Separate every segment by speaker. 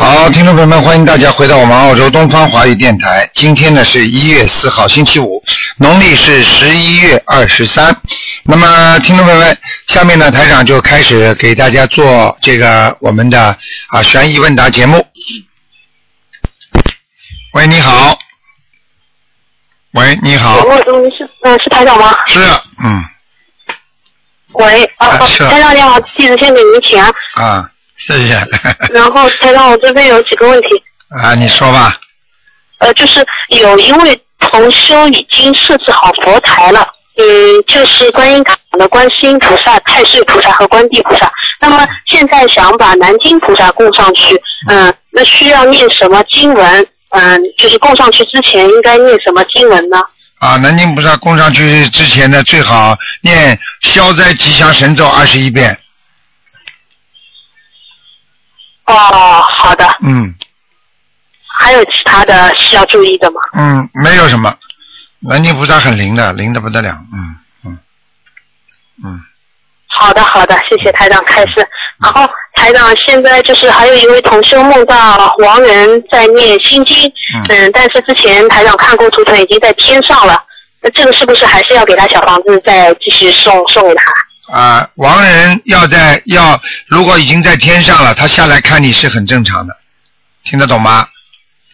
Speaker 1: 好，听众朋友们，欢迎大家回到我们澳洲东方华语电台。今天呢是一月四号，星期五，农历是十一月二十三。那么，听众朋友们，下面呢台长就开始给大家做这个我们的啊悬疑问答节目。喂，你好。喂，你好。
Speaker 2: 我是嗯是台长吗？
Speaker 1: 是，嗯
Speaker 2: 喂，啊，
Speaker 1: 啊
Speaker 2: 啊
Speaker 1: 是啊
Speaker 2: 台长你好，弟子先给您请安。
Speaker 1: 啊，谢 谢
Speaker 2: 然后台长，我这边有几个问题，
Speaker 1: 啊，你说吧。
Speaker 2: 呃，就是有一位同修已经设置好佛台了，嗯，就是观音堂的观世音菩萨、太岁菩萨和观地菩萨。那么现在想把南京菩萨供上去，嗯、那需要念什么经文？嗯、就是供上去之前应该念什么经文呢？
Speaker 1: 啊，南京菩萨供上去之前呢，最好念消灾吉祥神咒二十一遍。
Speaker 2: 哦，好的，
Speaker 1: 嗯
Speaker 2: 还有其他的需要注意的吗？
Speaker 1: 嗯，没有什么，南京菩萨很灵的，灵的不得了。嗯嗯嗯，
Speaker 2: 好的，好的，谢谢台长开示。然后台长现在就是还有一位同修梦到亡人在念心经，
Speaker 1: 嗯
Speaker 2: 嗯，但是之前台长看过图腾已经在天上了，那这个是不是还是要给他小房子再继续送送给他？
Speaker 1: 啊，亡人要在要，如果已经在天上了，他下来看你是很正常的，听得懂吗？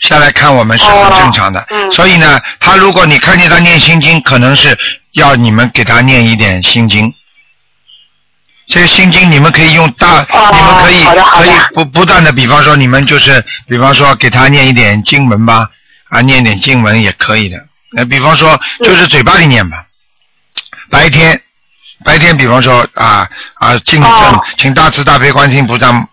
Speaker 1: 下来看我们是很正常的，
Speaker 2: 哦嗯
Speaker 1: 所以呢，他如果你看见他念心经，可能是要你们给他念一点心经。这个心经你们可以用大，
Speaker 2: 哦
Speaker 1: 你们可以
Speaker 2: 好的好
Speaker 1: 可
Speaker 2: 的
Speaker 1: 以不不断的，比方说你们就是，比方说给他念一点经文吧，啊，念点经文也可以的。那比方说就是嘴巴里念吧，白天白天，比方说啊啊，敬正，
Speaker 2: 哦
Speaker 1: 请大慈大悲观世音菩萨嗯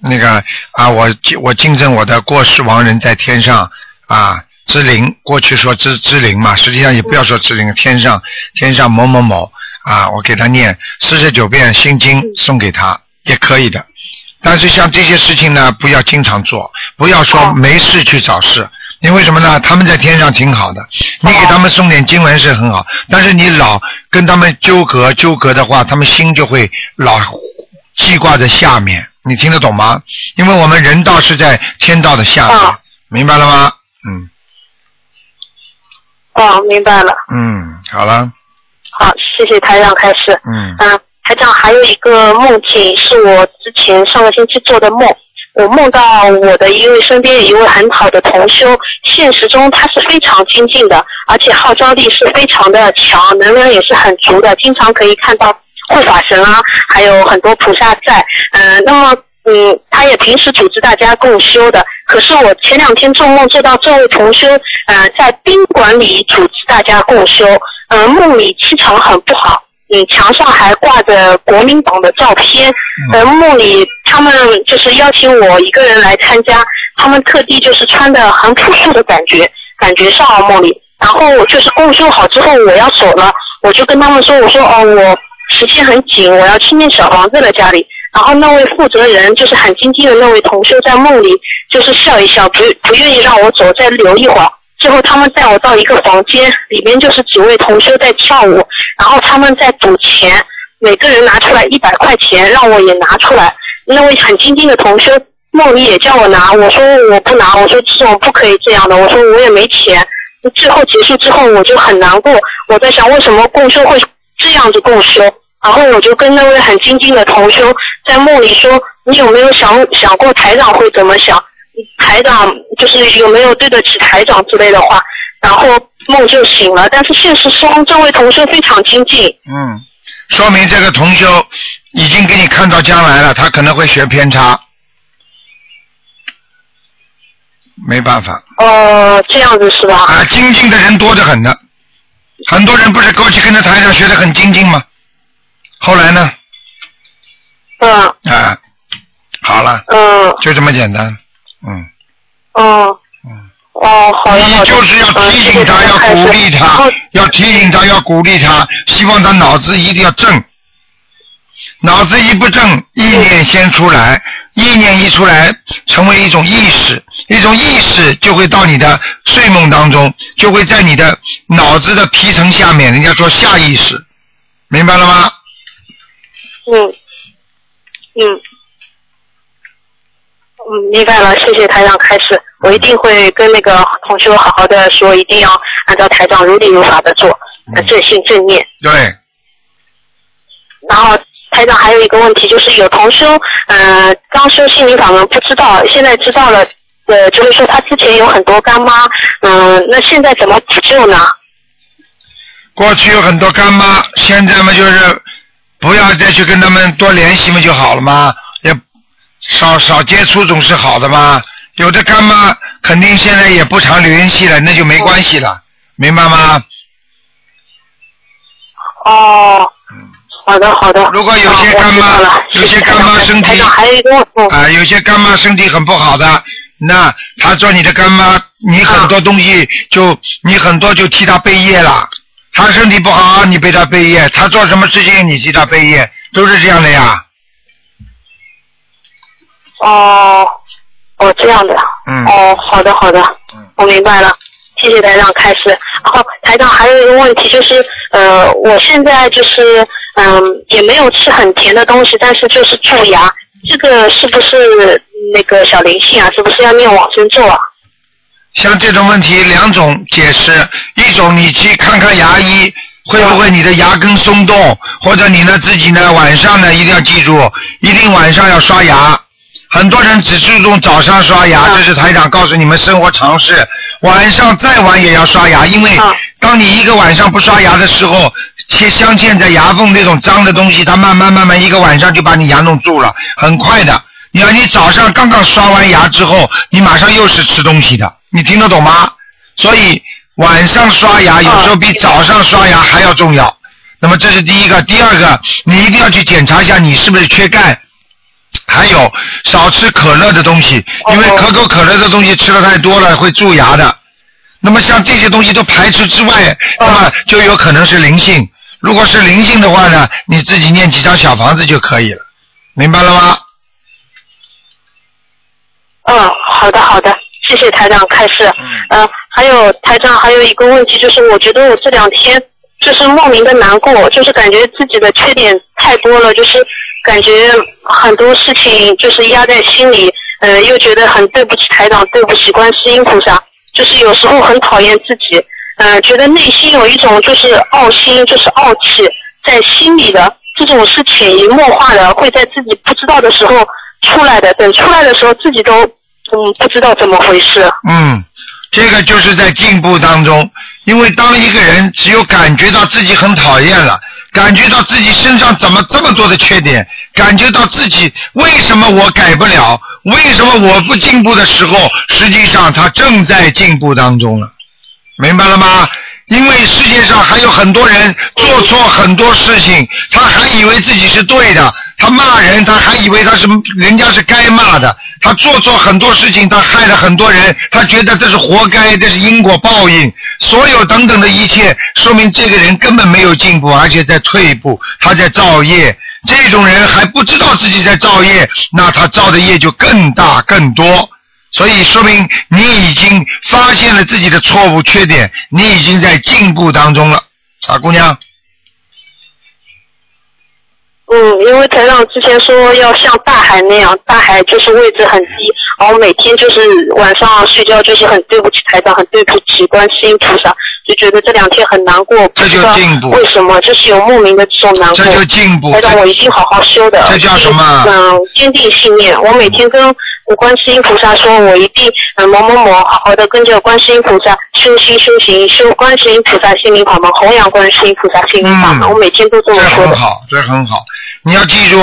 Speaker 1: 那个啊，我敬我敬正我的过世亡人在天上啊之灵，过去说之之灵嘛，实际上也不要说之灵，天上天上某某某啊，我给他念四十九遍心经送给他也可以的。但是像这些事情呢，不要经常做，不要说
Speaker 2: 哦
Speaker 1: 没事去找事，因为什么呢？他们在天上挺好的，你给
Speaker 2: 哦
Speaker 1: 他们送点经文是很好，但是你老跟他们纠葛纠葛的话，他们心就会老记挂在下面，你听得懂吗？因为我们人道是在天道的下面，
Speaker 2: 哦
Speaker 1: 明白了吗？嗯
Speaker 2: 哦，明白了，
Speaker 1: 嗯，好了，
Speaker 2: 好，谢谢台长开示。
Speaker 1: 嗯
Speaker 2: 嗯，台长还有一个梦境是我之前上个星期做的梦，我梦到我的一位身边有一位很好的同修，现实中他是非常精进的，而且号召力是非常的强，能量也是很足的，经常可以看到护法神啊，还有很多菩萨在。嗯、那么。嗯，他也平时组织大家共修的。可是我前两天做梦做到这位同修，呃，在宾馆里组织大家共修，呃，梦里气场很不好，嗯，墙上还挂着国民党的照片。呃，梦里他们就是邀请我一个人来参加，他们特地就是穿的很朴素的感觉，感觉上啊梦里。然后就是共修好之后我要走了，我就跟他们说，我说哦，我时间很紧，我要去念小房子了家里。然后那位负责人就是很精进的那位同修，在梦里就是笑一笑，不不愿意让我走，再留一会儿。最后他们带我到一个房间，里面就是几位同修在跳舞，然后他们在赌钱，每个人拿出来一百块钱，让我也拿出来。那位很精进的同修梦里也叫我拿，我说我不拿，我说这种不可以这样的，我说我也没钱。最后结束之后，我就很难过，我在想为什么共修会这样子共修，然后我就跟那位很精进的同修在梦里说，你有没有想想过台长会怎么想？台长就是有没有对得起台长之类的话，然后梦就醒了。但是现实中，这位同修非常精进，
Speaker 1: 嗯，说明这个同修已经给你看到将来了，他可能会学偏差，没办法。
Speaker 2: 呃，这样子是吧？
Speaker 1: 啊，精进的人多得很呢。很多人不是过去跟着台上学的很精进吗？后来呢？
Speaker 2: 嗯
Speaker 1: 啊，好了，
Speaker 2: 嗯
Speaker 1: 就这么简单。嗯，
Speaker 2: 嗯
Speaker 1: 嗯。
Speaker 2: 哦，好的好
Speaker 1: 你
Speaker 2: 的。
Speaker 1: 就是要
Speaker 2: 嗯
Speaker 1: 提
Speaker 2: 谢谢
Speaker 1: 醒他，
Speaker 2: 台
Speaker 1: 要
Speaker 2: 长开
Speaker 1: 鼓
Speaker 2: 始
Speaker 1: 励
Speaker 2: 然
Speaker 1: 他
Speaker 2: 后，
Speaker 1: 要提醒他，要鼓励他，希望他脑子一定要正。脑子一不正，意念先出来，意念一出来，成为一种意识，一种意识就会到你的睡梦当中，就会在你的脑子的皮层下面，人家说下意识，明白了吗？
Speaker 2: 嗯，嗯，嗯，明白了，谢谢台长开始，我一定会跟那个同学好好的说，一定要按照台长如理如法的做，呃
Speaker 1: 嗯
Speaker 2: 正信正念。
Speaker 1: 对，
Speaker 2: 然后台长还有一个问题，就是有同修，呃，刚修心灵法门不知道，现在知道了，呃，就是说他之前有很多干妈，嗯、那现在怎么补救呢？
Speaker 1: 过去有很多干妈，现在嘛就是不要再去跟他们多联系嘛就好了嘛，也少少接触总是好的嘛。有的干妈肯定现在也不常联系了，那就没关系了，明白吗？
Speaker 2: 哦，好的好的。
Speaker 1: 如果有些干妈
Speaker 2: 啊我知道了
Speaker 1: 有些干妈身体
Speaker 2: 台长还有一个问题，
Speaker 1: 啊、有些干妈身体很不好的，那她做你的干妈，你很多东西就、你很多就替她背业了。她身体不好，你背她背业；她做什么事情，你替她背业，都是这样的呀。
Speaker 2: 哦，哦这样的，
Speaker 1: 嗯
Speaker 2: 哦好的好的
Speaker 1: 嗯，
Speaker 2: 我明白了。谢谢台长开始，然后台长还有一个问题就是，呃，我现在就是，嗯、也没有吃很甜的东西，但是就是蛀牙，这个是不是那个小灵性啊？是不是要念往生咒啊？
Speaker 1: 像这种问题两种解释，一种你去看看牙医，会不会你的牙根松动，或者你呢自己呢晚上呢一定要记住，一定晚上要刷牙。很多人只注重早上刷牙，
Speaker 2: 嗯
Speaker 1: 这是台长告诉你们生活常识。晚上再晚也要刷牙，因为
Speaker 2: 嗯
Speaker 1: 当你一个晚上不刷牙的时候，切镶嵌在牙缝那种脏的东西，它慢慢慢慢一个晚上就把你牙弄住了，很快的。你要你早上刚刚刷完牙之后，你马上又是吃东西的，你听得懂吗？所以晚上刷牙有时候比早上刷牙还要重要。那么这是第一个，第二个，你一定要去检查一下你是不是缺钙，还有少吃可乐的东西，因为
Speaker 2: 哦
Speaker 1: 可口可乐的东西吃的太多了会蛀牙的。那么像这些东西都排斥之外，那么就有可能是灵性。如果是灵性的话呢，你自己念几张小房子就可以了，明白了吗？
Speaker 2: 嗯，好的好的，谢谢台长开示。
Speaker 1: 嗯
Speaker 2: 呃，还有台长还有一个问题，就是我觉得我这两天就是莫名的难过，就是感觉自己的缺点太多了，就是感觉很多事情就是压在心里，呃，又觉得很对不起台长，对不起观世音菩萨，就是有时候很讨厌自己，呃，觉得内心有一种就是傲心，就是傲气在心里的。这种是潜移默化的，会在自己不知道的时候出来的。等出来的时候，自己都嗯不知道怎么回事。
Speaker 1: 嗯，这个就是在进步当中，因为当一个人只有感觉到自己很讨厌了，感觉到自己身上怎么这么多的缺点，感觉到自己为什么我改不了，为什么我不进步的时候，实际上他正在进步当中了，明白了吗？因为世界上还有很多人做错很多事情，他还以为自己是对的，他骂人，他还以为他是人家是该骂的，他做错很多事情，他害了很多人，他觉得这是活该，这是因果报应，所有等等的一切，说明这个人根本没有进步，而且在退步，他在造业。这种人还不知道自己在造业，那他造的业就更大更多。所以说明你已经发现了自己的错误缺点，你已经在进步当中了，傻姑娘。
Speaker 2: 嗯，因为台长之前说要像大海那样，大海就是位置很低，然后每天就是晚上睡觉就是很对不起台长，很对不起观世音菩萨，就觉得这两天很难过，不
Speaker 1: 这就
Speaker 2: 知道
Speaker 1: 进步
Speaker 2: 为什么就是有莫名的这种难过
Speaker 1: 这。就进步
Speaker 2: 台。长，我一定好好修的。
Speaker 1: 这叫什么啊
Speaker 2: 嗯，坚定信念。我每天跟观世音菩萨说，我一定嗯某某某好好的跟着观世音菩萨修心修行，修观世音菩萨心灵法门，弘扬观世音菩萨心灵法门。
Speaker 1: 嗯
Speaker 2: 我每天都这么
Speaker 1: 这
Speaker 2: 说
Speaker 1: 很
Speaker 2: 的。
Speaker 1: 好，这很好。你要记住，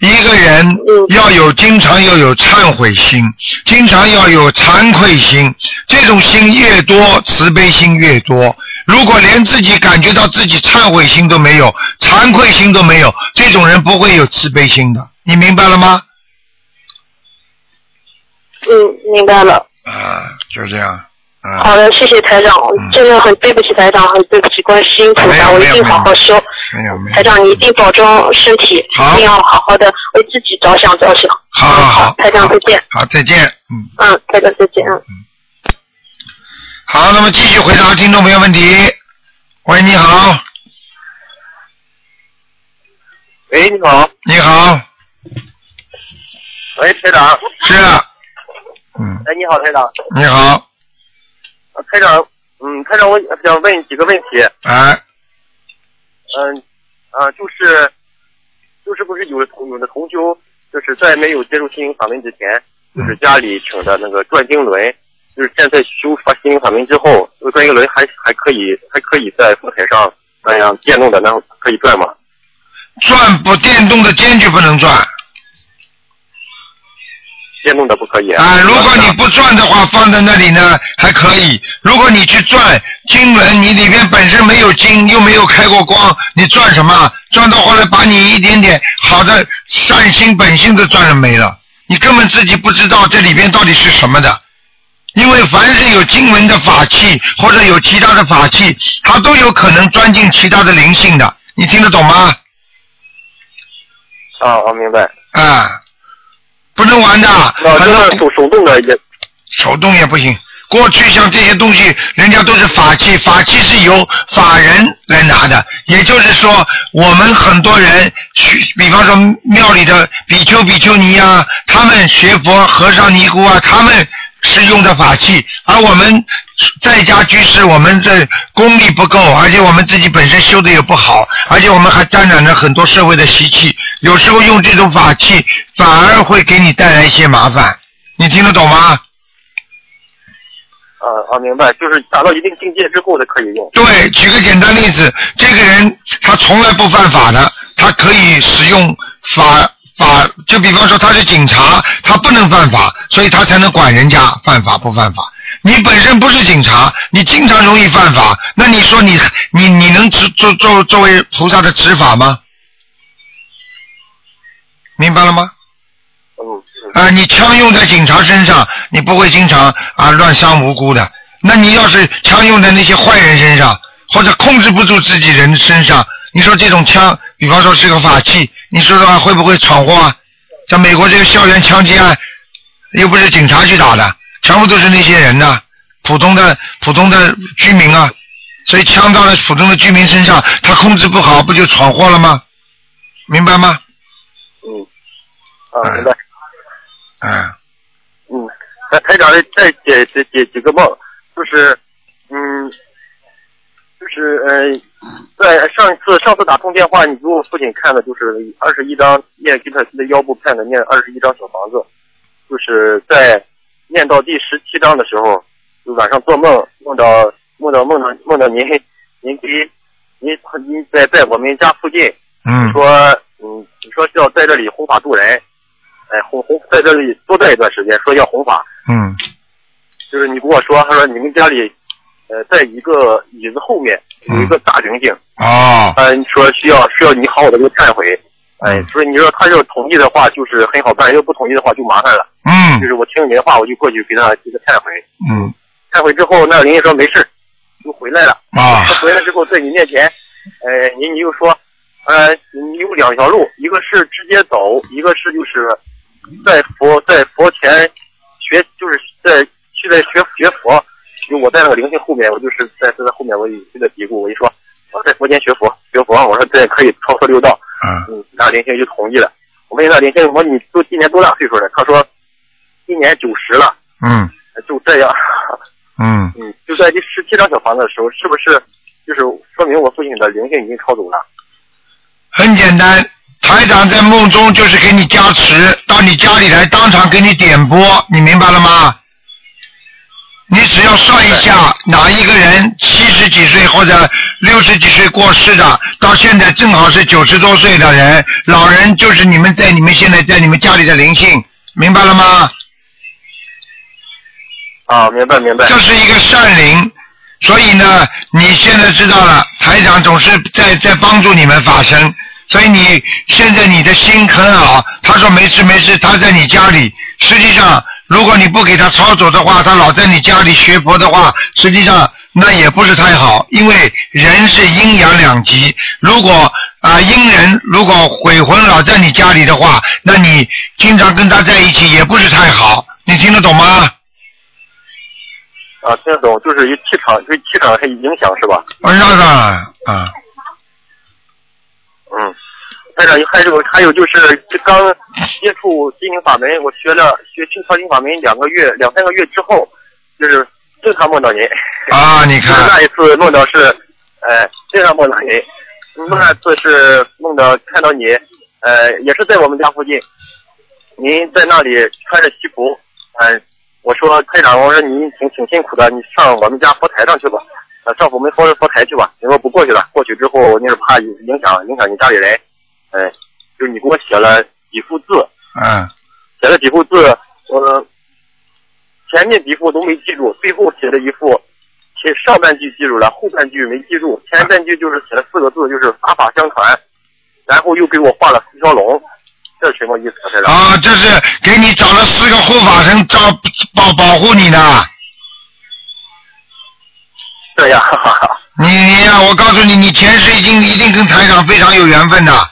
Speaker 1: 一个人
Speaker 2: 嗯
Speaker 1: 要有经常要有忏悔心，经常要有惭愧心。这种心越多，慈悲心越多。如果连自己感觉到自己忏悔心都没有，惭愧心都没有，这种人不会有慈悲心的。你明白了吗？
Speaker 2: 嗯，明白了。
Speaker 1: 啊，就这样。啊，
Speaker 2: 好的，谢谢台长，真的很对不起台长，很对不起观世音菩
Speaker 1: 没
Speaker 2: 萨，
Speaker 1: 有
Speaker 2: 我一
Speaker 1: 嗯没有
Speaker 2: 定
Speaker 1: 没有
Speaker 2: 好好修。
Speaker 1: 没有没有
Speaker 2: 台长，你一定保重身体，
Speaker 1: 好
Speaker 2: 一定要好好的为自己着想着想。
Speaker 1: 好好好
Speaker 2: 台长再见。
Speaker 1: 好，再见，嗯，
Speaker 2: 嗯，台长再见。嗯。
Speaker 1: 好，那么继续回答听众朋友问题。喂，你好，
Speaker 3: 喂，你好，
Speaker 1: 你好，
Speaker 3: 喂，台长，
Speaker 1: 是，啊嗯，
Speaker 3: 哎，你好，台长，
Speaker 1: 你好，
Speaker 3: 呃台长，嗯，台长，我想问几个问题，
Speaker 1: 哎，
Speaker 3: 嗯，啊，就是，就是不是有的同有的同修，就是在没有接触心灵法门之前，就
Speaker 1: 嗯
Speaker 3: 是家里请的那个转经轮，就是现在修发心灵法门之后，这个转经轮还还可以，还可以在佛台上那样电动的那样可以转吗？
Speaker 1: 转不电动的坚决不能转
Speaker 3: 电动的不可以
Speaker 1: 啊！如果你不转的话，放在那里呢还可以；如果你去转经轮，你里边本身没有经，又没有开过光，你转什么？转到后来把你一点点好的善心本性都转了没了，你根本自己不知道这里边到底是什么的。因为凡是有经文的法器或者有其他的法器，它都有可能钻进其他的灵性的，你听得懂吗？
Speaker 3: 啊，我明白，
Speaker 1: 啊，不能玩的，
Speaker 3: 啊，
Speaker 1: 很
Speaker 3: 就
Speaker 1: 多
Speaker 3: 是手手动的也
Speaker 1: 手动也不行。过去像这些东西，人家都是法器，法器是由法人来拿的，也就是说，我们很多人去，比方说庙里的比丘、比丘尼啊，他们学佛和尚、尼姑啊，他们是用的法器，而我们在家居士，我们这功力不够，而且我们自己本身修的也不好，而且我们还沾染着很多社会的习气，有时候用这种法器反而会给你带来一些麻烦，你听得懂吗？
Speaker 3: 啊啊，明白，就是达到一定境界之后才可以用。
Speaker 1: 对，举个简单例子，这个人他从来不犯法的，他可以使用法法，就比方说他是警察，他不能犯法，所以他才能管人家犯法不犯法。你本身不是警察，你经常容易犯法，那你说你你你能执做做作为菩萨的执法吗？明白了吗？
Speaker 3: 嗯嗯
Speaker 1: 啊、你枪用在警察身上，你不会经常啊、乱伤无辜的。那你要是枪用在那些坏人身上，或者控制不住自己人身上，你说这种枪，比方说是个法器，你说的话会不会闯祸啊？在美国这个校园枪击案，又不是警察去打的，全部都是那些人呐、普通的普通的居民啊。所以枪到了普通的居民身上，他控制不好，不就闯祸了吗？明白吗？
Speaker 3: 嗯，啊，明白。
Speaker 1: 嗯。
Speaker 3: 嗯，台台长再再解解解几个梦，就是嗯，就是呃，在上一次上次打通电话，你给我父亲看的就是二十一张念给他的腰部看的念二十一张小房子，就是在念到第十七章的时候，就晚上做梦梦到梦到梦到梦到您您给您您在在我们家附近
Speaker 1: 嗯
Speaker 3: 说，嗯，你说是要在这里弘法度人，哎，弘弘在这里多待一段时间，说要弘法，
Speaker 1: 嗯
Speaker 3: 就是你跟我说，他说你们家里，呃，在一个椅子后面有一个大灵性，
Speaker 1: 嗯哦
Speaker 3: 嗯、你说需要需要你好好的给我忏悔，哎，所以你说他要同意的话就是很好办，要不同意的话就麻烦了。
Speaker 1: 嗯
Speaker 3: 就是我听你的话，我就过去给他给他忏悔，
Speaker 1: 嗯
Speaker 3: 忏悔之后，那灵性说没事，就回来了。
Speaker 1: 啊
Speaker 3: 他回来之后，在你面前，呃，你你又说，呃，你有两条路，一个是直接走，一个是就是在佛在佛前学，就是在去在学学佛。就我在那个灵性后面，我就是在在后面，我一直在嘀咕，我一说我在佛前学佛学佛，我说这可以超脱六道，
Speaker 1: 啊
Speaker 3: 嗯，那林星就同意了。我问那林星，我说你都今年多大岁数了？他说今年九十了，
Speaker 1: 嗯
Speaker 3: 就这样。
Speaker 1: 嗯
Speaker 3: 嗯，就在第十七张小房子的时候，是不是就是说明我父亲的灵性已经超走了？
Speaker 1: 很简单，台长在梦中就是给你加持，到你家里来当场给你点播，你明白了吗？你只要算一下哪一个人七十几岁或者六十几岁过世的，到现在正好是九十多岁的人，老人就是你们在你们现在在你们家里的灵性，明白了吗？
Speaker 3: 啊，明白明白。
Speaker 1: 这是一个善灵，所以呢，你现在知道了，台长总是在在帮助你们法身，所以你现在你的心很好。他说没事没事，他在你家里，实际上如果你不给他操作的话，他老在你家里学佛的话，实际上那也不是太好，因为人是阴阳两极。如果啊、阴人如果鬼魂老在你家里的话，那你经常跟他在一起也不是太好。你听得懂吗？
Speaker 3: 啊，听得懂，就是一气场，对气场很影响是吧？
Speaker 1: 啊，那当然啊，
Speaker 3: 嗯，台长，还有还有就是刚接触心灵法门，我学了学心超心法门两个月两三个月之后，就是经常梦到您。
Speaker 1: 啊，你
Speaker 3: 就是
Speaker 1: 看
Speaker 3: 那一次梦到是，呃，经常梦到您。那次是梦到看到你，呃，也是在我们家附近，您在那里穿着西服，呃，我说科长，我说您挺挺辛苦的，你上我们家佛台上去吧，呃，上我们佛佛台去吧。你说不过去了，过去之后那是怕影响影响你家里人，呃，就是你给我写了几幅字，
Speaker 1: 嗯，
Speaker 3: 写了几幅字，我、前面几幅都没记住，最后写了一幅，写上半句记住了，后半句没记住，前半句就是写了四个字，就是法法相传，然后又给我画了四条龙，这是什么意思，台长？
Speaker 1: 啊，这是给你找了四个护法神照保保护你呢。
Speaker 3: 这样， 哈哈，
Speaker 1: 你你呀、我告诉你，你前世已经一定跟台长非常有缘分的。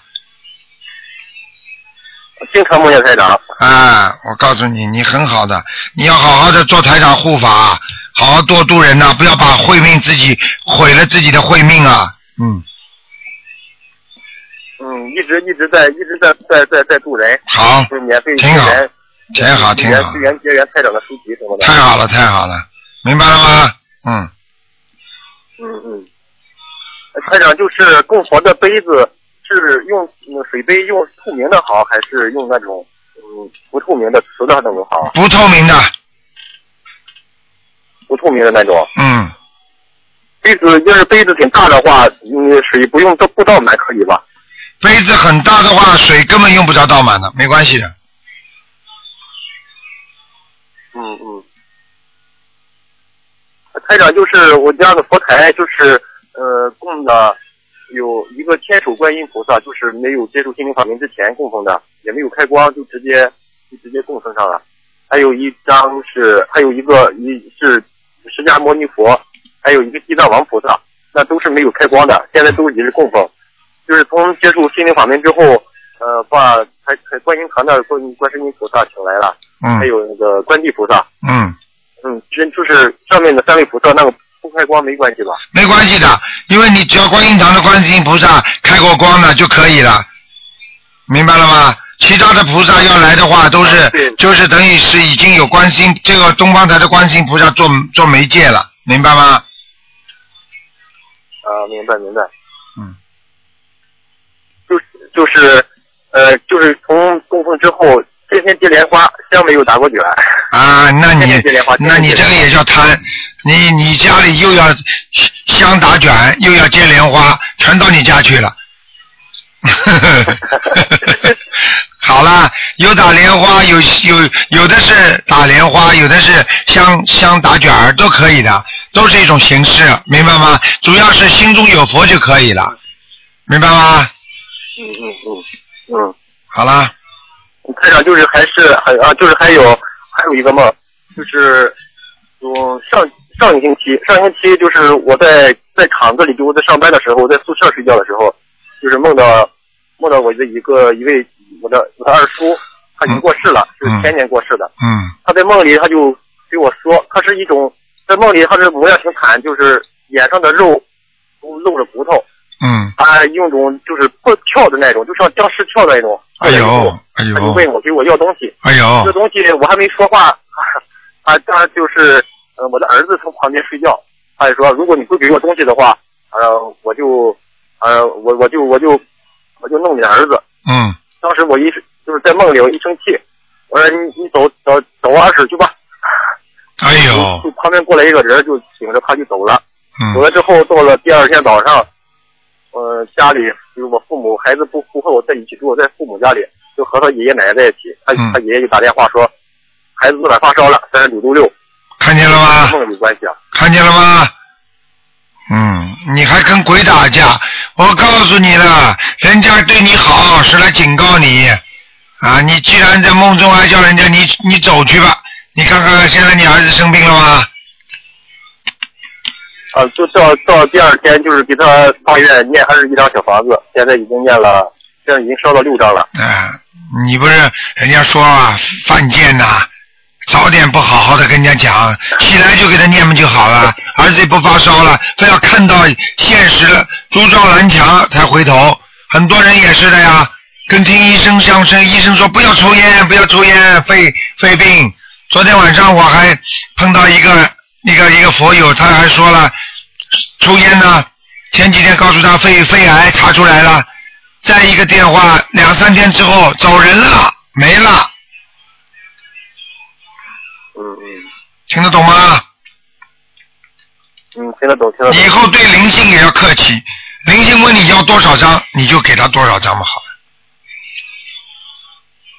Speaker 3: 经常梦见台长，
Speaker 1: 啊，我告诉你，你很好的，你要好好的做台长护法，好好多度人呐、不要把慧命自己毁了自己的慧命啊。嗯，
Speaker 3: 嗯，一直一直在一直在在在在渡人，
Speaker 1: 好，
Speaker 3: 就是免费
Speaker 1: 挺
Speaker 3: 结
Speaker 1: 好
Speaker 3: 缘，
Speaker 1: 挺好，
Speaker 3: 结
Speaker 1: 挺
Speaker 3: 缘
Speaker 1: 好
Speaker 3: 结，缘结缘台长的书籍什么的，
Speaker 1: 太好了，太好了，明白了吗？嗯，
Speaker 3: 嗯嗯，呃台长就是供佛的杯子是用嗯水杯用透明的好，还是用那种嗯不透明的瓷的那种好？
Speaker 1: 不透明的，
Speaker 3: 不透明的那种
Speaker 1: 嗯，
Speaker 3: 杯子，要是杯子挺大的话，嗯水不用倒不倒满可以吧？
Speaker 1: 杯子很大的话，水根本用不着倒满的，没关系的。
Speaker 3: 嗯嗯。台长就是我家的佛台，就是呃供的有一个千手观音菩萨，就是没有接触心灵法门之前供奉的，也没有开光，就直接就直接供奉上了。还有一张是，还有一个一是释迦牟尼佛，还有一个地藏王菩萨，那都是没有开光的，现在都已是供奉。就是从接触心灵法门之后，呃，把台台观音堂的观观世音菩萨请来了，
Speaker 1: 嗯
Speaker 3: 还有那个观地菩萨，
Speaker 1: 嗯，
Speaker 3: 嗯，真就是上面的三位菩萨那个不开光没关系吧？
Speaker 1: 没关系的，因为你只要观音堂的观世音菩萨开过光了就可以了，明白了吗？其他的菩萨要来的话，都
Speaker 3: 啊对
Speaker 1: 是就是等于是已经有观世音这个东方台的观世音菩萨做做媒介了，明白吗？
Speaker 3: 啊，明白明白。
Speaker 1: 嗯。
Speaker 3: 就是就是呃，就是从供奉之后，天天接莲花，香没有打过卷。
Speaker 1: 啊，那
Speaker 3: 天
Speaker 1: 你
Speaker 3: 天接莲花，天
Speaker 1: 那
Speaker 3: 天
Speaker 1: 你
Speaker 3: 接
Speaker 1: 这
Speaker 3: 莲
Speaker 1: 个
Speaker 3: 花
Speaker 1: 也叫贪，你你家里又要香打卷，又要接莲花，全到你家去了。 好啦，有打莲花，有有有的是打莲花，有的是香香打卷儿，都可以的，都是一种形式，明白吗？主要是心中有佛就可以了，明白吗？
Speaker 3: 嗯嗯嗯
Speaker 1: 好啦，
Speaker 3: 嗯，台长就是还是还啊，就是还有还有一个梦，就是我上上一星期上一星期就是我在在厂子里就我在上班的时候，我在宿舍睡觉的时候，就是梦到梦到我的一个一位我的我的二叔，他已经过世了，
Speaker 1: 嗯
Speaker 3: 是前年过世的。
Speaker 1: 嗯
Speaker 3: 他在梦里他就对我说，他是一种在梦里他的模样挺惨，就是脸上的肉都露着骨头，
Speaker 1: 嗯，
Speaker 3: 他用种就是蹦跳的那种，就像僵尸跳的那种。
Speaker 1: 哎呦哎
Speaker 3: 他就
Speaker 1: 呦
Speaker 3: 问我给我要东西，
Speaker 1: 哎
Speaker 3: 这
Speaker 1: 呦，
Speaker 3: 东西我还没说话， 他他就是呃我的儿子从旁边睡觉，他就说如果你不给我东西的话，呃我就呃我我就我就我就弄你的儿子。
Speaker 1: 嗯
Speaker 3: 当时我一就是在梦里我一生气，我说你你走走走我二婶去吧。
Speaker 1: 哎呦
Speaker 3: 就旁边过来一个人就顶着他就走了。走
Speaker 1: 嗯
Speaker 3: 了之后到了第二天早上，呃家里就是我父母孩子不不和我在一起住，我在父母家里就和他爷爷奶奶在一起。他
Speaker 1: 嗯
Speaker 3: 他爷爷就打电话说，孩子感发烧了，三十九度六，
Speaker 1: 看见了吗？
Speaker 3: 梦有关系啊。
Speaker 1: 看见了吗？嗯，你还跟鬼打架？我告诉你了，人家对你好是来警告你啊！你既然在梦中还叫人家你你走去吧，你看看现在你儿子生病了吗？
Speaker 3: 呃，就到到第二天就是给他发愿念二十一张小房子，现在已经念了，现在已经烧到六张了。
Speaker 1: 啊，你不是人家说啊，犯贱呐、早点不好好的跟人家讲，起来就给他念嘛就好了，儿子也不发烧了，非要看到现实了，朱照蓝墙才回头。很多人也是的呀，跟听医生相声，医生说不要抽烟，不要抽烟，肺肺病。昨天晚上我还碰到一个一个一个佛友，他还说了，抽烟呢，前几天告诉他肺肺癌查出来了，再一个电话两三天之后走人了，没了，
Speaker 3: 嗯嗯
Speaker 1: 听得懂吗？
Speaker 3: 嗯，听得懂，听得
Speaker 1: 你
Speaker 3: 懂
Speaker 1: 以。后对灵性也要客气，灵性问你要多少张，你就给他多少张嘛好了。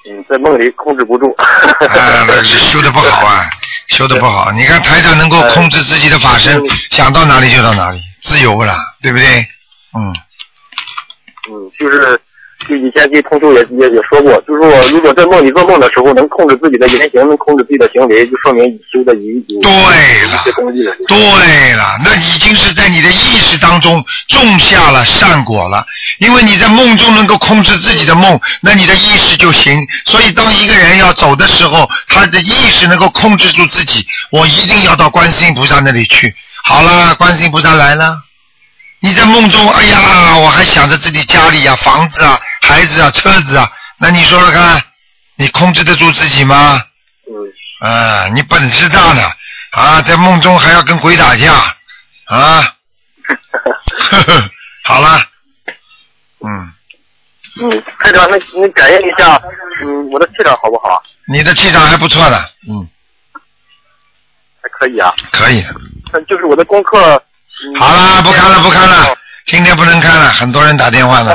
Speaker 3: 嗯，在梦里控制不 住。
Speaker 1: 呃，修的不好啊，修的不好。你看台长能够控制自己的法身，想到哪里就到哪里，自由了，对不对？嗯，
Speaker 3: 嗯，就是以前给同修也也也说过，就是我如果在梦里做梦的时候能控制自己的言行，能控制自己的行为，就说明你修的已经
Speaker 1: 对了
Speaker 3: 一些东西了。
Speaker 1: 对了，那已经是在你的意识当中种下了善果了，因为你在梦中能够控制自己的梦，那你的意识就行。所以当一个人要走的时候，他的意识能够控制住自己，我一定要到观世音菩萨那里去。好了，观世音菩萨来了。你在梦中，哎呀，我还想着自己家里啊、房子啊、孩子啊、车子啊，那你说说看，你控制得住自己吗？
Speaker 3: 嗯，
Speaker 1: 啊，你本事大呢，啊，在梦中还要跟鬼打架，啊， 呵呵，好了，嗯，
Speaker 3: 嗯，台长，那你感应一下，嗯，我的气场好不好？
Speaker 1: 你的气场还不错的，嗯，
Speaker 3: 还可以啊，
Speaker 1: 可以，
Speaker 3: 但就是我的功课。嗯
Speaker 1: 好啦，不看了，不看了，今天不能看了，很多人打电话呢，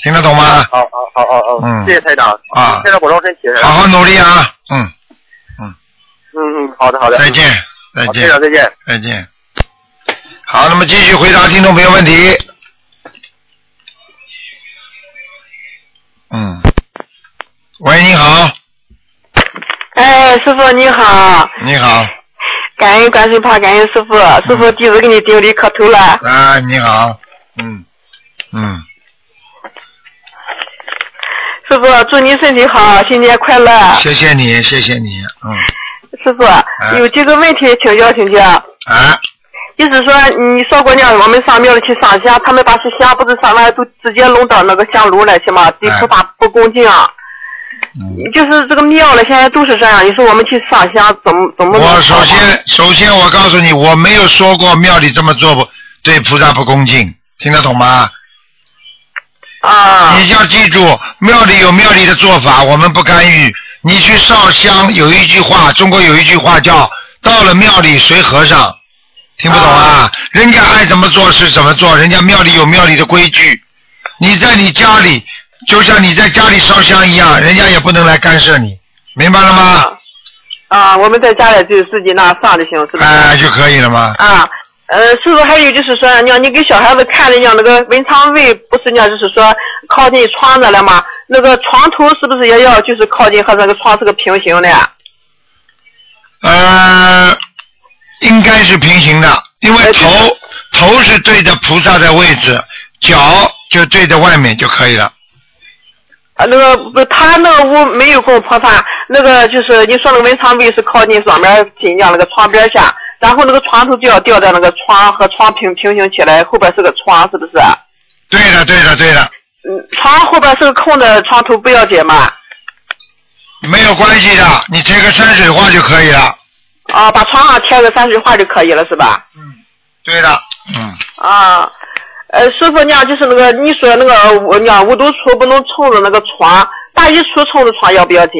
Speaker 1: 听得懂吗？
Speaker 3: 啊好好好好好，
Speaker 1: 嗯
Speaker 3: 谢谢台长。
Speaker 1: 啊
Speaker 3: 台长保重身体。
Speaker 1: 好好努力啊，嗯，
Speaker 3: 嗯嗯，好的好的。
Speaker 1: 再见，再
Speaker 3: 好。台
Speaker 1: 见，
Speaker 3: 长再见。
Speaker 1: 再见。好，那么继续回答听众朋友问题。嗯，喂，你好，
Speaker 4: 哎，师傅你好，
Speaker 1: 你好。
Speaker 4: 感恩观世音菩萨，感恩师傅，师
Speaker 1: 嗯
Speaker 4: 傅弟子给你顶礼磕头了。
Speaker 1: 啊，你好，嗯，嗯，
Speaker 4: 师傅，祝你身体好，新年快乐。
Speaker 1: 谢谢你，谢谢你，嗯，
Speaker 4: 师傅、
Speaker 1: 哎
Speaker 4: 有几个问题请教请教，
Speaker 1: 啊，
Speaker 4: 意思说你说过呢，我们上庙里去上香，他们把这香不是上完都直接弄到那个香炉来去嘛，对
Speaker 1: 哎
Speaker 4: 菩萨不恭敬啊。
Speaker 1: 嗯，
Speaker 4: 就是这个庙了，现在都是这样。你说我们去上香，怎么怎么弄？
Speaker 1: 我首先首先我告诉你，我没有说过庙里这么做不对菩萨不恭敬，听得懂吗？
Speaker 4: 啊
Speaker 1: 你要记住，庙里有庙里的做法，我们不干预。你去烧香，有一句话，中国有一句话叫“到了庙里随和尚”，听不懂啊？人家爱怎么做是怎么做，人家庙里有庙里的规矩。你在你家里，就像你在家里烧香一样，人家也不能来干涉你，明白了吗？
Speaker 4: 啊啊！我们在家里就自己那上就行，是不是？
Speaker 1: 哎、就可以了吗？
Speaker 4: 啊，呃，是不是还有就是说，让你给小孩子看的，像那个文昌位，不是呢，就是说靠近窗子了吗？那个床头是不是也要就是靠近和那个窗是个平行的？
Speaker 1: 呃，应该是平行的，因为
Speaker 4: 呃就
Speaker 1: 头、
Speaker 4: 是
Speaker 1: 头是对着菩萨的位置，脚就对着外面就可以了。
Speaker 4: 啊，那个不，他那个屋没有供菩萨，那个就是你说那个文昌位是靠近上面紧像那个窗边下，然后那个床头就要吊在那个窗和窗平平行起来，后边是个窗，是不是？
Speaker 1: 对的，对的，对的，
Speaker 4: 嗯，窗后边是个空的，床头不要紧嘛。
Speaker 1: 没有关系的，你贴个山水画就可以了。
Speaker 4: 啊，把床上贴个山水画就可以了，是吧？
Speaker 1: 对的，嗯，
Speaker 4: 啊，呃，师傅那样就是那个你说那个我那样无独处不能冲着那个床，大衣橱冲着床要不要紧？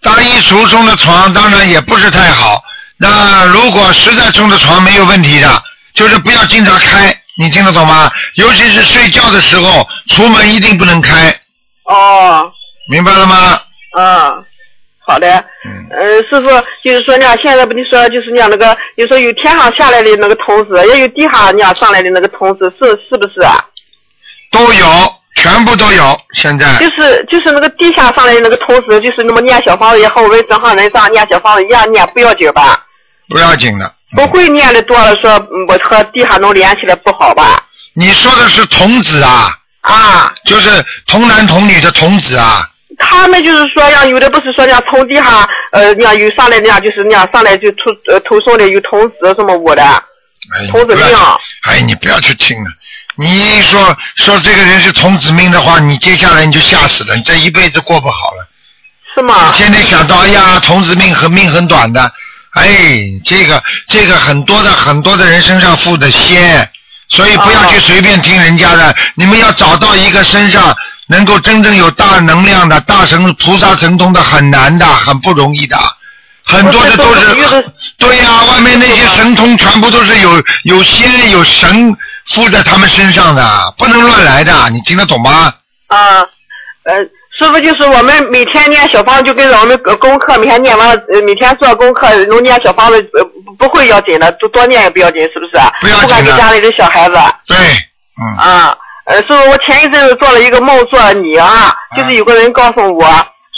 Speaker 1: 大衣橱冲的床当然也不是太好，那如果实在冲的床没有问题的，就是不要经常开，你听得懂吗？尤其是睡觉的时候，出门一定不能开，
Speaker 4: 哦，
Speaker 1: 明白了吗？
Speaker 4: 嗯，好的。
Speaker 1: 嗯，
Speaker 4: 呃，师傅就是说呢，现在不你说就是那样那个，就说有天上下来的那个童子，也有地下那样上来的那个童子，是是不是啊？
Speaker 1: 都有，全部都有，现在。
Speaker 4: 就是就是那个地下上来的那个童子，就是那么念小方子也和我们正常人这样念小方子一样念不要紧吧？
Speaker 1: 不要紧的，
Speaker 4: 不会念的多了说，嗯我和地下能连起来不好吧？
Speaker 1: 你说的是童子啊，
Speaker 4: 啊，
Speaker 1: 就是童男童女的童子啊，
Speaker 4: 他们就是说呀，有的不是说像从地下呃那样有上来那样就是那样上来就投呃投送的有童子什么我的，
Speaker 1: 哎，你
Speaker 4: 童子
Speaker 1: 不要
Speaker 4: 命啊
Speaker 1: 哎，你不要去听了。你一说说这个人是童子命的话，你接下来你就吓死了，你这一辈子过不好了。
Speaker 4: 是吗？
Speaker 1: 天天想到，哎呀，童子命和命很短的，哎，这个这个很多的很多的人身上附的仙，所以不要
Speaker 4: 啊
Speaker 1: 去随便听人家的，你们要找到一个身上能够真正有大能量的大神菩萨神通的，很难的，很不容易的。很多的都
Speaker 4: 我是说我
Speaker 1: 是
Speaker 4: 是，
Speaker 1: 对呀、外面那些神通全部都是有有仙有神附在他们身上的，不能乱来的，你听得懂吗？
Speaker 4: 啊，呃，师傅就是我们每天念小方，就跟着我们呃功课每天念完了，呃每天做功课能念小方子，呃不不会要紧的，多多念也不要紧，是不是？
Speaker 1: 不要
Speaker 4: 管
Speaker 1: 紧的
Speaker 4: 给家里的小孩子
Speaker 1: 对，嗯。
Speaker 4: 啊。呃，师傅，我前一阵子做了一个梦，做了你啊，
Speaker 1: 嗯
Speaker 4: 就是有个人告诉我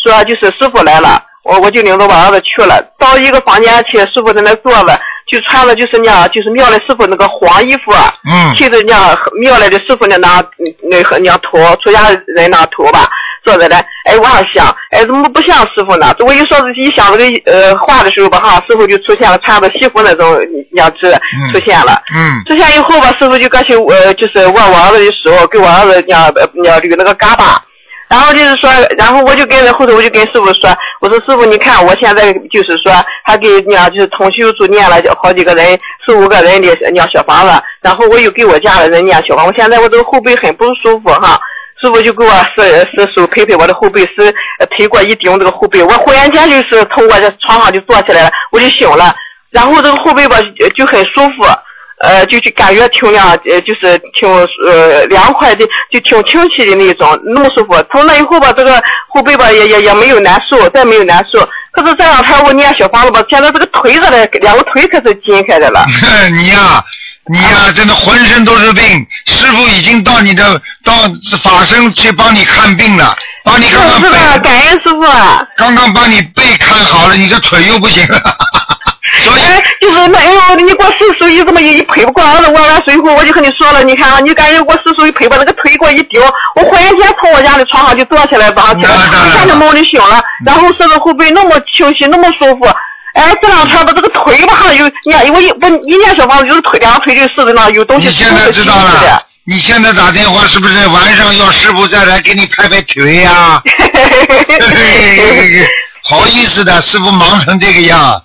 Speaker 4: 说，就是师傅来了，我我就领着我儿子去了，到一个房间去，师傅在那坐着，就穿的就是那样，就是庙里师傅那个黄衣服啊，
Speaker 1: 嗯
Speaker 4: 剃着那样庙里的师傅那那那那那头，出家人那头吧，坐在那，哎，我还想，哎，怎么不像师傅呢？我一说一想这个呃话的时候吧，哈，师傅就出现了，穿着西服那种样子出现了。
Speaker 1: 嗯
Speaker 4: 出现以后吧，师傅就过去呃，就是握我儿子的手，给我儿子讲呃讲捋那个嘎巴，然后就是说，然后我就跟着后头我就跟师傅说，我说师傅你看我现在就是说，他给讲就是同修组念了好几个人，四五个人的讲小房子，然后我又给我家里人念小房子，我现在我这个后背很不舒服哈。师傅就给我是是手拍拍我的后背，是呃推过一顶这个后背，我忽然间就是从我这床上就坐起来了，我就醒了，然后这个后背吧就就很舒服，呃，就就感觉挺凉，呃，就是挺呃凉快的，就挺清气的那种，那么舒服。从那以后吧，这个后背吧也也也没有难受，再没有难受。可是这两天我念小房子吧，现在这个腿这里两个腿可是筋开的了。
Speaker 1: 你呀、你呀、真的浑身都是病。师傅已经到你的到法身去帮你看病了，帮你
Speaker 4: 是
Speaker 1: 刚刚
Speaker 4: 是的，
Speaker 1: 背，
Speaker 4: 感恩师傅啊。
Speaker 1: 刚刚帮你背看好了，你这腿又不行了，所以
Speaker 4: 哎，就是那哎呦，你给我四手一这么一一赔不过儿子，我完水后我就和你说了，你看啊，你感觉我四手一赔吧，那个腿给我一丢，我忽然间从我家的床上就坐起来，早上起来，
Speaker 1: 那当然嗯
Speaker 4: 一下就梦里醒了，然后说的后背那么清晰，那么舒服。哎，这两天吧，这个腿吧，还有你看，我一我一念小房子，就是腿两个腿就是那有东西
Speaker 1: 你
Speaker 4: 突
Speaker 1: 现
Speaker 4: 的
Speaker 1: 在知道
Speaker 4: 进去
Speaker 1: 了
Speaker 4: 的。。
Speaker 1: 你现在打电话是不是晚上要师傅再来给你拍拍腿呀、 好意思的，师傅忙成这个样。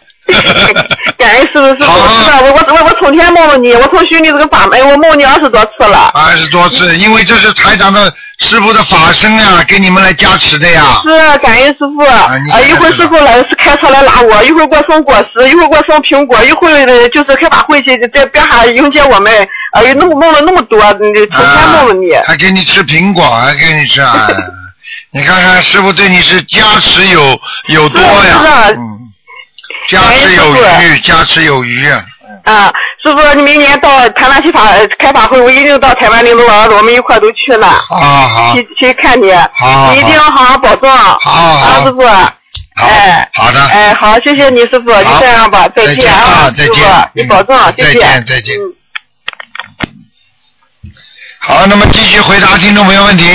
Speaker 4: 感恩师傅，师傅，
Speaker 1: 好啊
Speaker 4: 哎是的，我我我我成天梦着你，我从寻你这个法门，我梦你二十多次了。
Speaker 1: 二十多
Speaker 4: 嗯
Speaker 1: 次，因为这是台长的师傅的法身呀，给你们来加持的呀。
Speaker 4: 是，感恩师傅。
Speaker 1: 你
Speaker 4: 啊，一会儿师傅来是开车来拉我，一会儿给我送果实，一会儿给我送苹果，一会儿呃就是开法会去在边上迎接我们。哎呦，弄弄了那么多，你这成天
Speaker 1: 啊
Speaker 4: 梦着你。
Speaker 1: 还给你吃苹果，还给你吃啊！你看看师傅对你是加持有有多
Speaker 4: 是的
Speaker 1: 呀
Speaker 4: 是，的
Speaker 1: 嗯，加持有
Speaker 4: 哎师
Speaker 1: 余，加持有余啊！
Speaker 4: 啊，师傅，你明年到台湾去法呃开法会，我一定到台湾领着我儿子，我们一块儿都去呢，
Speaker 1: 好啊好
Speaker 4: 去去看你。
Speaker 1: 好
Speaker 4: 你一定要好好保重。
Speaker 1: 好
Speaker 4: 啊，师
Speaker 1: 好
Speaker 4: 傅。哎
Speaker 1: 好，好的，
Speaker 4: 哎，好，谢谢你，师傅，就
Speaker 1: 好
Speaker 4: 这样吧，
Speaker 1: 再
Speaker 4: 见
Speaker 1: 见啊，
Speaker 4: 师
Speaker 1: 再
Speaker 4: 傅
Speaker 1: 见，，
Speaker 4: 你
Speaker 1: 嗯
Speaker 4: 保重，啊谢
Speaker 1: 再
Speaker 4: 谢。
Speaker 1: 见再见
Speaker 4: 嗯。
Speaker 1: 好，那么继续回答听众朋友问题。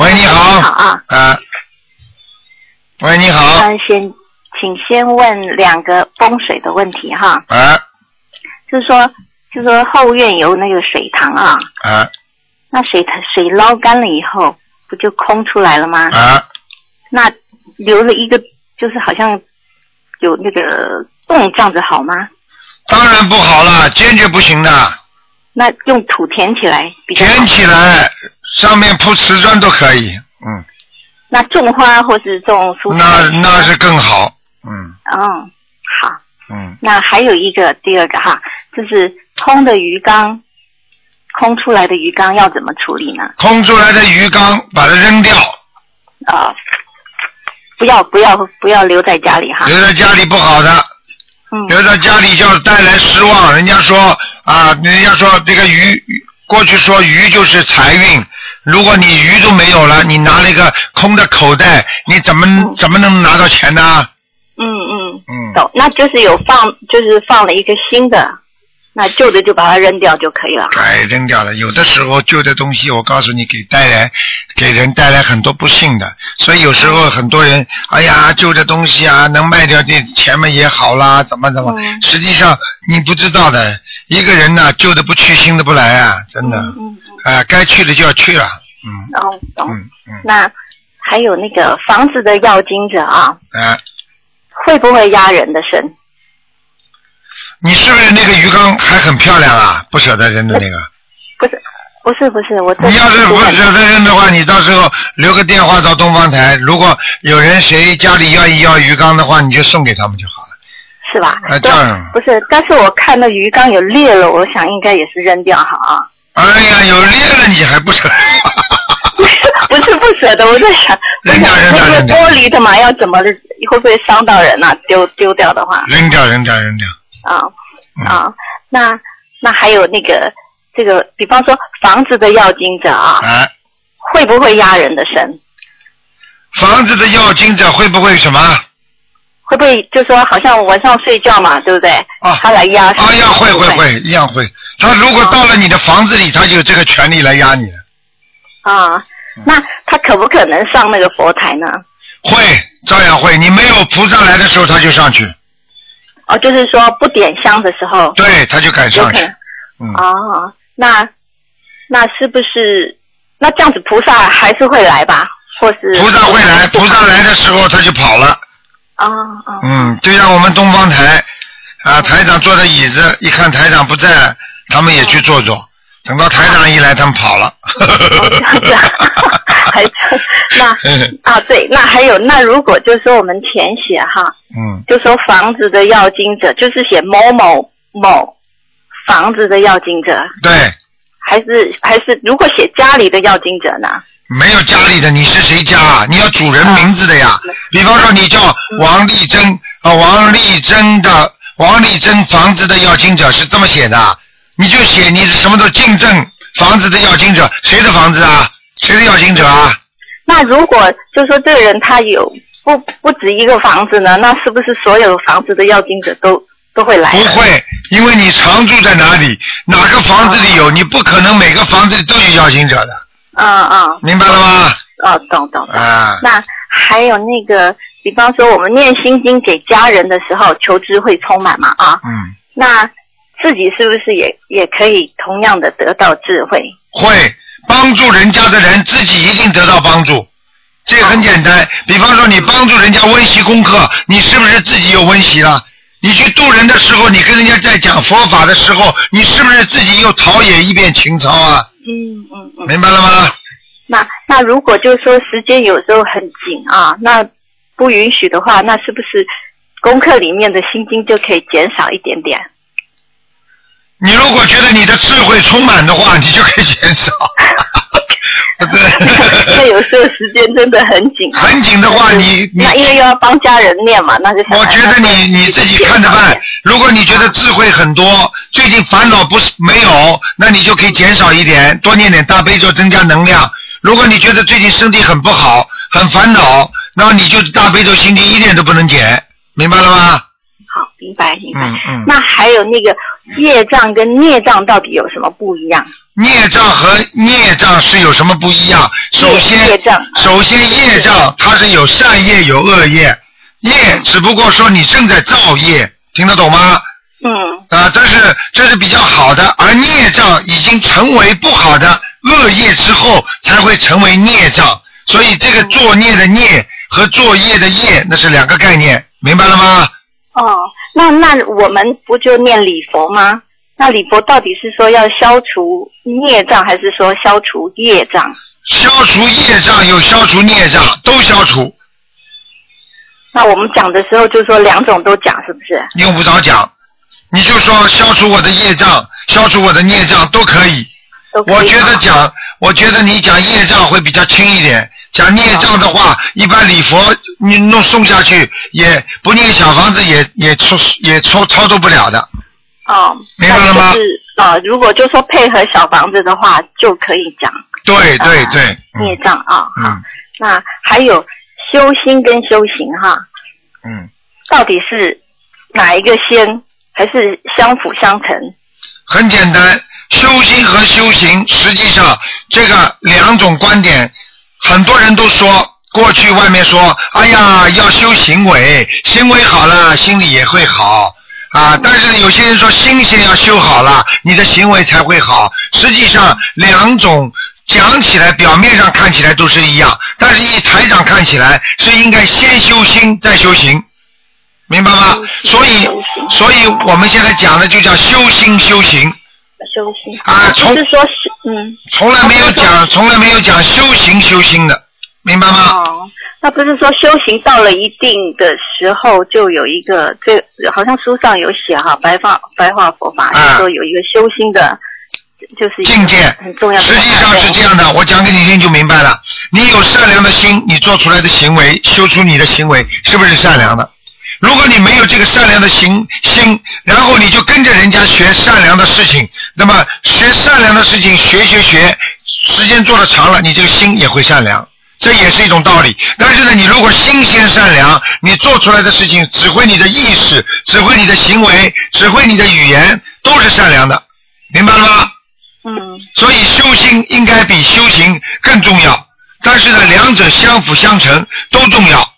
Speaker 1: 喂，你好。
Speaker 5: 你好啊。
Speaker 1: 啊。喂，你好。
Speaker 5: 嗯，先请先问两个风水的问题哈，
Speaker 1: 啊
Speaker 5: 就是说，就是说后院有那个水塘啊，
Speaker 1: 啊
Speaker 5: 那水塘水捞干了以后，不就空出来了吗？
Speaker 1: 啊！
Speaker 5: 那留了一个，就是好像有那个洞，这样子好吗？
Speaker 1: 当然不好了，坚决不行的，
Speaker 5: 那用土填起来比较好
Speaker 1: 捡起来，上面铺瓷砖都可以。嗯。
Speaker 5: 那种花或是种蔬
Speaker 1: 那
Speaker 5: 菜？
Speaker 1: 那是更好，嗯
Speaker 5: 嗯，好。
Speaker 1: 嗯，
Speaker 5: 那还有一个第二个哈，就是空的鱼缸，空出来的鱼缸要怎么处理呢？
Speaker 1: 空出来的鱼缸把它扔掉，
Speaker 5: 啊，不要不要不要留在家里哈。
Speaker 1: 留在家里不好的，
Speaker 5: 嗯
Speaker 1: 留在家里就带来失望。人家说啊，人家说这个鱼，过去说鱼就是财运，如果你鱼都没有
Speaker 5: 嗯
Speaker 1: 了，你拿了一个空的口袋，你怎么怎么能拿到钱呢？
Speaker 5: 嗯嗯嗯
Speaker 1: 嗯，
Speaker 5: 懂，那就是有放，就是放了一个新的，那旧的就把它扔掉就可以了。
Speaker 1: 改扔掉了。有的时候旧的东西，我告诉你，给带来给人带来很多不幸的。所以有时候很多人，哎呀，旧的东西啊，能卖掉这钱嘛也好啦，怎么怎么。
Speaker 5: 嗯
Speaker 1: 实际上你不知道的，一个人呐、旧的不去，新的不来啊，真的。啊、
Speaker 5: 嗯，嗯
Speaker 1: 该去的就要去了。嗯
Speaker 5: 哦，懂。
Speaker 1: 嗯嗯，
Speaker 5: 那还有那个房子的要经者啊，
Speaker 1: 啊，
Speaker 5: 会不会压人的身？
Speaker 1: 你是不是那个鱼缸还很漂亮啊？不舍得扔的那个。
Speaker 5: 不是，不是，不是， 我这
Speaker 1: 你要是不
Speaker 5: 是
Speaker 1: 舍得扔的话，你到时候留个电话到东方台，如果有人谁家里要要鱼缸的话，你就送给他们就好了。
Speaker 5: 是吧？
Speaker 1: 啊这
Speaker 5: 对
Speaker 1: 样
Speaker 5: 不是，但是我看到鱼缸有裂了，我想应该也是扔掉好啊。
Speaker 1: 哎呀，有裂了你还不舍得？
Speaker 5: 不是不舍得，我在想，我想
Speaker 1: 扔掉扔掉
Speaker 5: 那
Speaker 1: 扔
Speaker 5: 个
Speaker 1: 掉
Speaker 5: 玻璃的嘛，要怎么会不会伤到人啊？丢丢掉的话
Speaker 1: 扔掉，扔掉，扔掉。
Speaker 5: 啊
Speaker 1: 嗯
Speaker 5: 啊，那那还有那个这个，比方说房子的要经者啊，
Speaker 1: 哎，
Speaker 5: 会不会压人的身？
Speaker 1: 房子的要经者会不会什么？
Speaker 5: 会不会就说好像晚上睡觉嘛，对不对？
Speaker 1: 啊
Speaker 5: 他来压身。
Speaker 1: 啊呀，会会。会，一样会。他如果到了你的房子里，他有这个权利来压你，
Speaker 5: 啊，
Speaker 1: 嗯
Speaker 5: 那他可不可能上那个佛台呢？
Speaker 1: 会照样会。你没有菩萨来的时候，他就上去，
Speaker 5: 哦，就是说不点香的时候，
Speaker 1: 对，他就敢
Speaker 5: 有
Speaker 1: 上
Speaker 5: 可
Speaker 1: 去
Speaker 5: 能。。
Speaker 1: 嗯，
Speaker 5: 哦，那那是不是那这样子菩萨还是会来吧？或是
Speaker 1: 菩萨会来，菩萨来的时候他就跑了。
Speaker 5: 啊啊
Speaker 1: 嗯，就像我们东方台啊，台长坐的椅子，一看台长不在，他们也去坐坐。等到台长一来，他们跑了。
Speaker 5: 哦这样子，啊 还是那啊对，那还有那如果就是说我们填写哈，
Speaker 1: 嗯，
Speaker 5: 就说房子的要经者，就是写某某某房子的要经者，
Speaker 1: 对，
Speaker 5: 还是还是如果写家里的要经者呢？
Speaker 1: 没有家里的，你是谁家啊？你要主人名字的呀。比方说，你叫王丽珍啊，王丽珍的王丽珍房子的要经者是这么写的，你就写你是什么都进证房子的要经者，谁的房子啊？谁的要经者啊？
Speaker 5: 那如果就说这个人他有不不止一个房子呢，那是不是所有房子的要经者都都会来？
Speaker 1: 不会，因为你常住在哪里，哪个房子里有，
Speaker 5: 哦
Speaker 1: 你不可能每个房子里都有邀请者的，
Speaker 5: 嗯嗯
Speaker 1: 明白了吗？
Speaker 5: 哦，懂懂。懂
Speaker 1: 啊，
Speaker 5: 那还有那个，比方说我们念心经给家人的时候，求知会充满嘛啊，
Speaker 1: 嗯，
Speaker 5: 那自己是不是也也可以同样的得到智慧？
Speaker 1: 会帮助人家的人，自己一定得到帮助。这个很简单，比方说你帮助人家温习功课，你是不是自己又温习了？你去度人的时候，你跟人家在讲佛法的时候，你是不是自己又陶冶一遍情操啊？
Speaker 5: 嗯嗯嗯。
Speaker 1: 明白了吗？
Speaker 5: 那那如果就是说时间有时候很紧啊，那不允许的话，那是不是功课里面的心经就可以减少一点 点？
Speaker 1: 你如果觉得你的智慧充满的话，你就可以 减少。对。
Speaker 5: 那有时候时间真的很紧啊。
Speaker 1: 很紧的话，你你
Speaker 5: 那，因为又要帮家人念嘛，那就想
Speaker 1: 我觉得你你自己看着办。如果你觉得智慧很多，最近烦恼不是没有，那你就可以减少一点，多念点大悲咒，增加能量。如果你觉得最近身体很不好，很烦恼，那么你就大悲咒心经一点都不能减，明白了吗？
Speaker 5: 好，明白明白。
Speaker 1: 嗯嗯。
Speaker 5: 那还有那个业障跟孽障到底有什么不一样？
Speaker 1: 孽障和孽障是有什么不一样？首先，
Speaker 5: 业障
Speaker 1: 首先业障它是有善业有恶业，业只不过说你正在造业，听得懂吗？
Speaker 5: 嗯
Speaker 1: 啊，这是这是比较好的，而孽障已经成为不好的恶业之后，才会成为孽障。所以这个作孽的孽和作业的业，那是两个概念，明白了吗？
Speaker 5: 哦，那那我们不就念礼佛吗？那礼佛到底是说要消除孽障，还是说消除业障？
Speaker 1: 消除业障有消除孽障，都消除，
Speaker 5: 那我们讲的时候就说两种都讲，是不是？
Speaker 1: 用不着讲。你就说消除我的业障，消除我的孽障都可以。
Speaker 5: 都可以
Speaker 1: 我觉得
Speaker 5: 吗
Speaker 1: 讲，我觉得你讲业障会比较轻一点。讲孽障的话，一般礼佛你弄送下去，也不念小房子也也操也操操作不了的。
Speaker 5: 哦，
Speaker 1: 明白了吗
Speaker 5: 那就是呃，如果就说配合小房子的话，就可以讲
Speaker 1: 对
Speaker 5: 啊
Speaker 1: 对对，
Speaker 5: 孽
Speaker 1: 嗯
Speaker 5: 障啊。
Speaker 1: 嗯
Speaker 5: 那还有修心跟修行哈，
Speaker 1: 嗯，
Speaker 5: 到底是哪一个先，还是相辅相成？
Speaker 1: 很简单，修心和修行，实际上这个两种观点，很多人都说，过去外面说，哎呀，要修行为，行为好了，心里也会好啊。但是有些人说，心先要修好了，你的行为才会好。实际上，两种讲起来，表面上看起来都是一样，但是一台长看起来是应该先修心再修行。明白吗？所以，所以我们现在讲的就叫修心修行
Speaker 5: 修心
Speaker 1: 啊，从
Speaker 5: 就是说是嗯，
Speaker 1: 从来没有讲，从来没有讲修行修心的，明白吗？
Speaker 5: 哦，那不是说修行到了一定的时候，就有一个这好像书上有写哈，白话白话佛法、
Speaker 1: 嗯啊
Speaker 5: 就说有一个修心的，就是一个
Speaker 1: 境界
Speaker 5: 很重要的
Speaker 1: 实际上是这
Speaker 5: 样。
Speaker 1: 样的，我讲给你听就明白了。你有善良的心，你做出来的行为，修出你的行为，是不是善良的？如果你没有这个善良的行心，然后你就跟着人家学善良的事情，那么学善良的事情，学学学，时间做的长了，你这个心也会善良，这也是一种道理。但是呢，你如果心先善良，你做出来的事情只会你的意识，只会你的行为，只会你的语言，都是善良的，明白了吗？
Speaker 5: 嗯，
Speaker 1: 所以修心应该比修行更重要，但是呢，两者相辅相成都重要。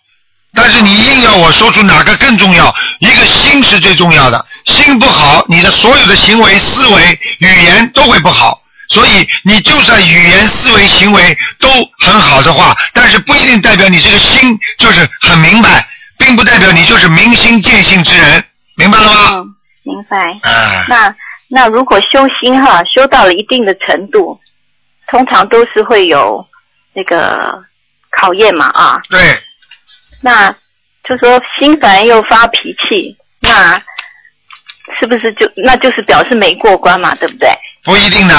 Speaker 1: 但是你硬要我说出哪个更重要，一个心是最重要的，心不好，你的所有的行为、思维、语言都会不好。所以你就算语言、思维、行为都很好的话，但是不一定代表你这个心就是很明白，并不代表你就是明心见性之人，明白了吗？
Speaker 5: 嗯，明白。
Speaker 1: 哎、
Speaker 5: 那那如果修心哈，修到了一定的程度，通常都是会有那个考验嘛啊。
Speaker 1: 对，
Speaker 5: 那就说心烦又发脾气，那是不是就那就是表示没过关嘛，对不对？
Speaker 1: 不一定的。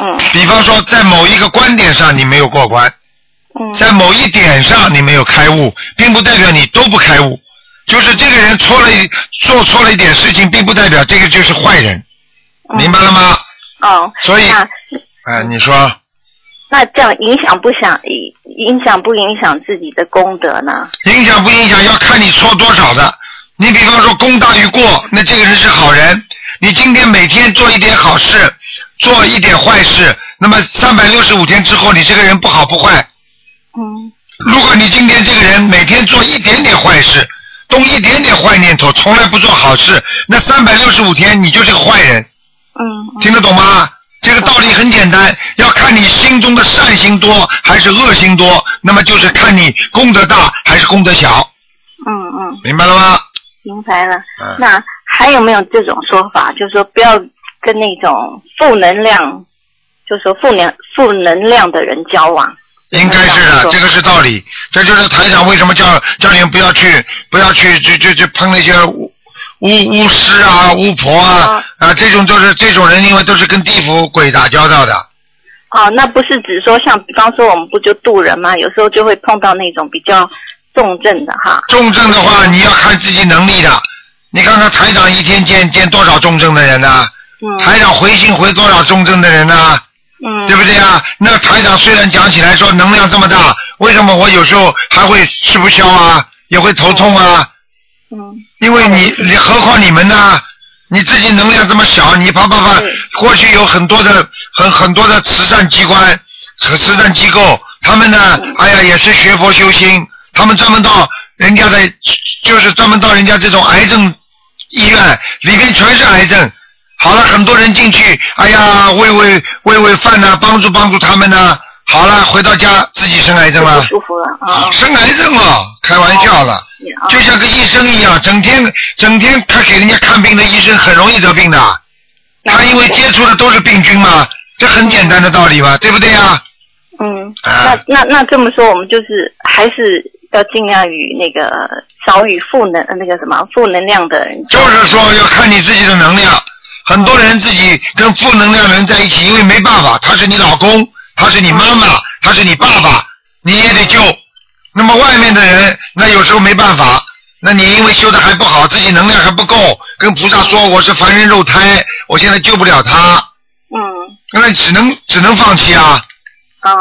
Speaker 5: 嗯
Speaker 1: 比方说，在某一个观点上你没有过关，
Speaker 5: 嗯
Speaker 1: 在某一点上你没有开悟，并不代表你都不开悟。就是这个人错了一做错了一点事情，并不代表这个就是坏人，明白了吗？
Speaker 5: 哦，
Speaker 1: 所以
Speaker 5: 嗯那
Speaker 1: 哎，你说
Speaker 5: 那这样影响不想影影响不影响自己的功德呢？
Speaker 1: 影响不影响，要看你错多少的。你比方说功大于过，那这个人是好人。你今天每天做一点好事，做一点坏事，那么三百六十五天之后，你这个人不好不坏，
Speaker 5: 嗯
Speaker 1: 如果你今天这个人每天做一点点坏事，动一点点坏念头，从来不做好事，那三百六十五天你就是个坏人，
Speaker 5: 嗯
Speaker 1: 听得懂吗？这个道理很简单，要看你心中的善心多还是恶心多，那么就是看你功德大还是功德小，
Speaker 5: 嗯嗯，
Speaker 1: 明白了吗？
Speaker 5: 明白了。
Speaker 1: 嗯，
Speaker 5: 那还有没有这种说法？就是说不要跟那种负能量，就是说负能负能量的人交往。
Speaker 1: 应该是的，这个是道理。这就是台长为什么叫叫你们不要去不要去去去去碰那些巫巫巫师啊、巫婆啊啊这种都是这种人，因为都是跟地府鬼打交道的。
Speaker 5: 哦，那不是只说像比方说我们不就渡人吗？有时候就会碰到那种比较重症的哈。
Speaker 1: 重症的话，你要看自己能力的。你看看台长一天见见多少重症的人呢、
Speaker 5: 嗯
Speaker 1: 台长回信回多少重症的人呢、
Speaker 5: 嗯，
Speaker 1: 对不对啊？那台长虽然讲起来说能量这么大，为什么我有时候还会吃不消啊，也会头痛啊？
Speaker 5: 嗯
Speaker 1: 因为你，你何况你们呢？你自己能量这么小，你啪啪啪
Speaker 5: 对，
Speaker 1: 过去有很多的很很多的慈善机关和慈善机构，他们呢，哎呀，也是学佛修心，他们专门到人家的，就是专门到人家这种癌症医院里面全是癌症。好了，很多人进去，哎呀，喂喂喂喂饭呐、帮助帮助他们呐、好了，回到家自己生癌
Speaker 5: 就
Speaker 1: 症
Speaker 5: 不
Speaker 1: 了，
Speaker 5: 舒服了啊。
Speaker 1: 生癌症哦了，开玩笑了。
Speaker 5: 也啊
Speaker 1: 就像个医生一样，整天整天他给人家看病的医生很容易得病的，他因为接触的都是病菌嘛，这很简单的道理吧，对不对呀？
Speaker 5: 嗯，
Speaker 1: 啊
Speaker 5: 那那那这么说，我们就是还是要尽量与那个少与负能呃那个什么负能量的人交
Speaker 1: 就
Speaker 5: 往。
Speaker 1: 是说要看你自己的能量，很多人自己跟负能量的人在一起，因为没办法，他是你老公，他是你妈妈，他是你爸爸，你也得救。那么外面的人，那有时候没办法，那你因为修的还不好，自己能量还不够，跟菩萨说我是凡人肉胎，我现在救不了他，
Speaker 5: 嗯
Speaker 1: 那只能只能放弃啊。
Speaker 5: 啊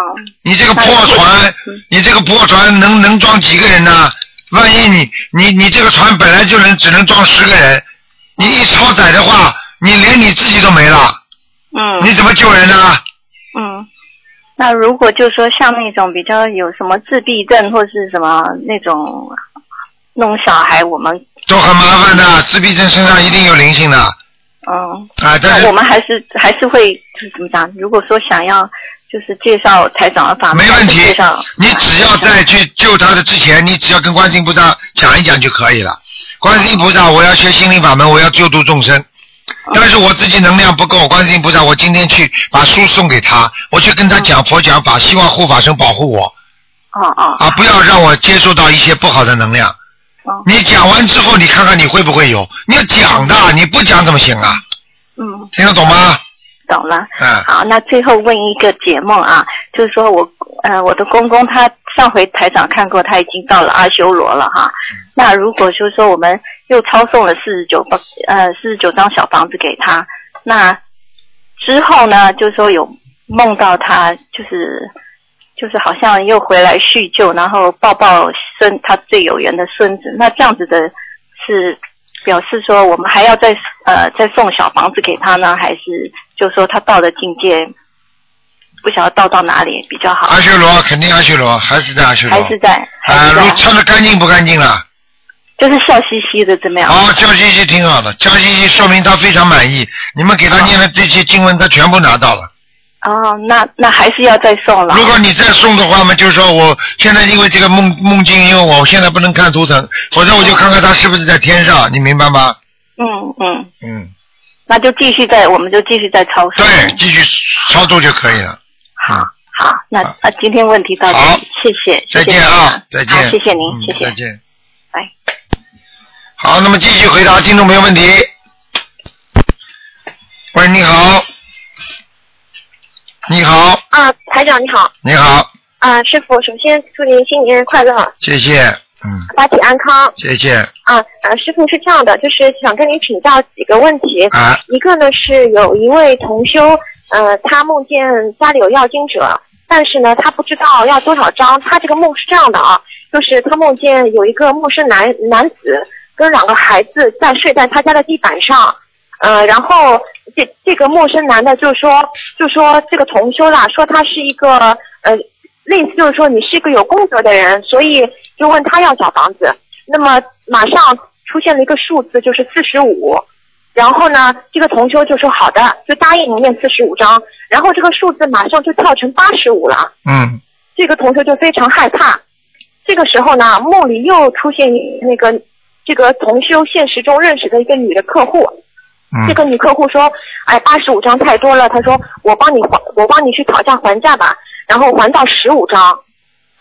Speaker 1: 你这个破船，你这个破船能能装几个人呢、万一你你你这个船本来就能只能装十个人，你一超载的话，你连你自己都没了，
Speaker 5: 嗯
Speaker 1: 你怎么救人啊呢、
Speaker 5: 嗯。那如果就说像那种比较有什么自闭症或是什么那种弄小孩，我们
Speaker 1: 都很麻烦的，自闭症身上一定有灵性的
Speaker 5: 嗯，
Speaker 1: 啊，但
Speaker 5: 那我
Speaker 1: 是
Speaker 5: 们还是还是会就是怎么讲？如果说想要就是介绍台长的法门，
Speaker 1: 没问题
Speaker 5: 介绍。
Speaker 1: 你只要在去救他的之前，你只要跟观世音菩萨讲一讲就可以了。观世音菩萨，我要学心灵法门，我要救度众生，
Speaker 5: 啊
Speaker 1: 但是我自己能量不够，观世音菩萨，我今天去把书送给他，我去
Speaker 5: 嗯
Speaker 1: 跟他讲佛讲法，希望护法神保护我
Speaker 5: 哦哦
Speaker 1: 啊，不要让我接受到一些不好的能量。
Speaker 5: 哦，
Speaker 1: 你讲完之后，你看看你会不会有？你要讲
Speaker 5: 啊
Speaker 1: 的，你不讲怎么行啊？
Speaker 5: 嗯，
Speaker 1: 听得懂吗？
Speaker 5: 懂了。
Speaker 1: 嗯，
Speaker 5: 好，那最后问一个解梦啊，就是说我呃我的公公他上回台长看过，他已经到了阿修罗了哈。那如果就是说我们又抄送了四十九方呃四十九张小房子给他，那之后呢，就是说有梦到他就是就是好像又回来叙旧，然后抱抱孙他最有缘的孙子，那这样子的是表示说我们还要再呃再送小房子给他呢，还是就说他到的境界不晓得到到哪里比较好？
Speaker 1: 阿修罗肯定阿修罗，还是在阿修罗
Speaker 5: 还。是在还
Speaker 1: 啊，
Speaker 5: 是
Speaker 1: 如
Speaker 5: 在、
Speaker 1: 穿的干净不干净了？
Speaker 5: 就是笑嘻嘻的怎么样？
Speaker 1: 哦，江西西挺好的，江西西说明他非常满意。你们给他念的这些经文，他全部拿到了。
Speaker 5: 哦，那那还是要再送了。
Speaker 1: 如果你再送的话嘛，就是说我现在因为这个梦梦境，因为我现在不能看图腾，否则我就看看他是不是在天上，你明白吗？
Speaker 5: 嗯嗯，
Speaker 1: 嗯，
Speaker 5: 那就继续在，我们就继续在超市。
Speaker 1: 对，嗯继续操作就可以了。
Speaker 5: 好，好，那
Speaker 1: 好
Speaker 5: 那今天问题到
Speaker 1: 好
Speaker 5: 这里，谢谢，
Speaker 1: 再见啊，再
Speaker 5: 谢谢您好，，谢
Speaker 1: 见
Speaker 5: 谢您，
Speaker 1: 嗯
Speaker 5: 谢谢，
Speaker 1: 再见。
Speaker 5: 拜。
Speaker 1: 好，那么继续回答听众朋友问题。喂，你好，你好，
Speaker 6: 啊，台长你好，
Speaker 1: 你好，
Speaker 6: 啊，师傅，首先祝您新年快乐，
Speaker 1: 谢谢，嗯，
Speaker 6: 身体安康
Speaker 1: 谢谢，
Speaker 6: 啊。呃、师傅是这样的，就是想跟您请教几个问题。
Speaker 1: 啊，
Speaker 6: 一个呢是有一位同修，呃，他梦见家里有要经者，但是呢，他不知道要多少张。他这个梦是这样的啊，就是他梦见有一个陌生男男子跟两个孩子在睡在他家的地板上，呃，然后这这个陌生男的就说就说这个同修啦，说他是一个呃，类似就是说你是一个有功德的人，所以就问他要小房子。那么马上出现了一个数字，就是四十五。然后呢，这个同修就说好的，就答应念四十五章。然后这个数字马上就跳成八十五了，
Speaker 1: 嗯，
Speaker 6: 这个同修就非常害怕。这个时候呢，梦里又出现那个这个同修现实中认识的一个女的客户，这
Speaker 1: 嗯，
Speaker 6: 个女客户说，哎，八十五张太多了，她说我帮你还，我帮你去讨价还价吧，然后还到十五张。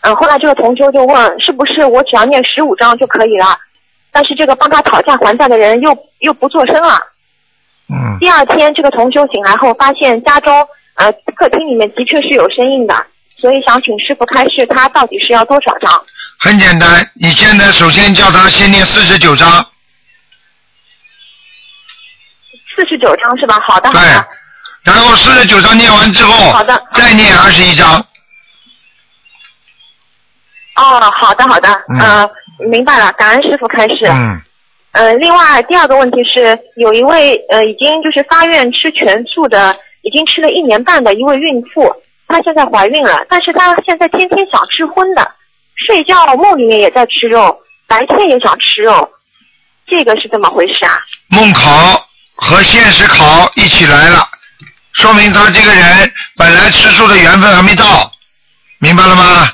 Speaker 6: 嗯，后来这个同修就问，是不是我只要念十五张就可以了？但是这个帮他讨价还价的人又又不作声了。
Speaker 1: 嗯，
Speaker 6: 第二天，这个同修醒来后发现家中呃客厅里面的确是有声音的，所以想请师傅开示他到底是要多少张。
Speaker 1: 很简单，你现在首先叫他先念四十九章，
Speaker 6: 四十九张是吧？好的，好
Speaker 1: 对
Speaker 6: 的，，
Speaker 1: 然后四十九章念完之后，
Speaker 6: 好的
Speaker 1: 再念二十一章，
Speaker 6: 哦，好的，好的，
Speaker 1: 嗯
Speaker 6: 呃，明白了，感恩师傅开示。
Speaker 1: 嗯，
Speaker 6: 呃，另外第二个问题是，有一位呃已经就是发愿吃全素的，已经吃了一年半的一位孕妇，她现在怀孕了，但是她现在天天想吃荤的，睡觉梦里面也在吃肉，白天也想吃肉，这个是怎么回事啊？
Speaker 1: 梦考和现实考一起来了，说明他这个人本来吃素的缘分还没到，明白了吗？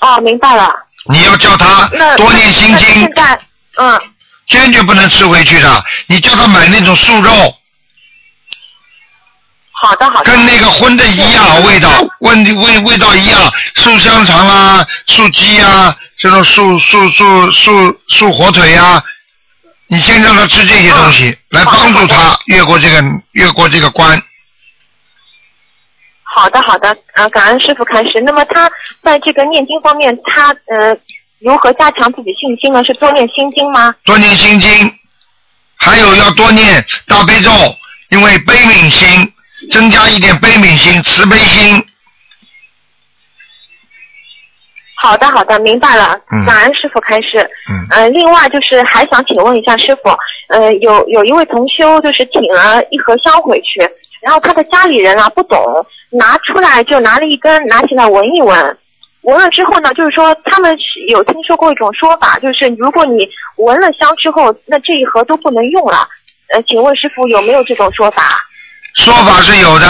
Speaker 6: 哦，明白了。
Speaker 1: 你要叫他
Speaker 6: 那
Speaker 1: 多念心
Speaker 6: 那
Speaker 1: 经
Speaker 6: 现，在，嗯，
Speaker 1: 坚决不能吃回去的。你叫他买那种素肉，
Speaker 6: 好的，好的。
Speaker 1: 跟那个荤的一样，味道味味味道一样，素香肠啦、素鸡啊，这种素素素素素火腿啊，你先让他吃这些东
Speaker 6: 嗯
Speaker 1: 西，来帮助他越过这个越过这个关。
Speaker 6: 好的，好的，呃，感恩师傅开始。那么他在这个念经方面，他呃如何加强自己信心呢？是多念心经吗？
Speaker 1: 多念心经，还有要多念大悲咒，因为悲悯心增加一点悲悯心、慈悲心。
Speaker 6: 好的，好的，明白了
Speaker 1: 嗯。
Speaker 6: 感恩师傅开示。
Speaker 1: 嗯
Speaker 6: 呃，另外就是还想请问一下师傅，呃，有有一位同修就是请了一盒香回去，然后他的家里人啊不懂，拿出来就拿了一根，拿起来闻一闻。闻了之后呢，就是说他们是有听说过一种说法，就是如果你闻了香之后，那这一盒都不能用了。呃，请问师傅有没有这种说法？
Speaker 1: 说法是有的，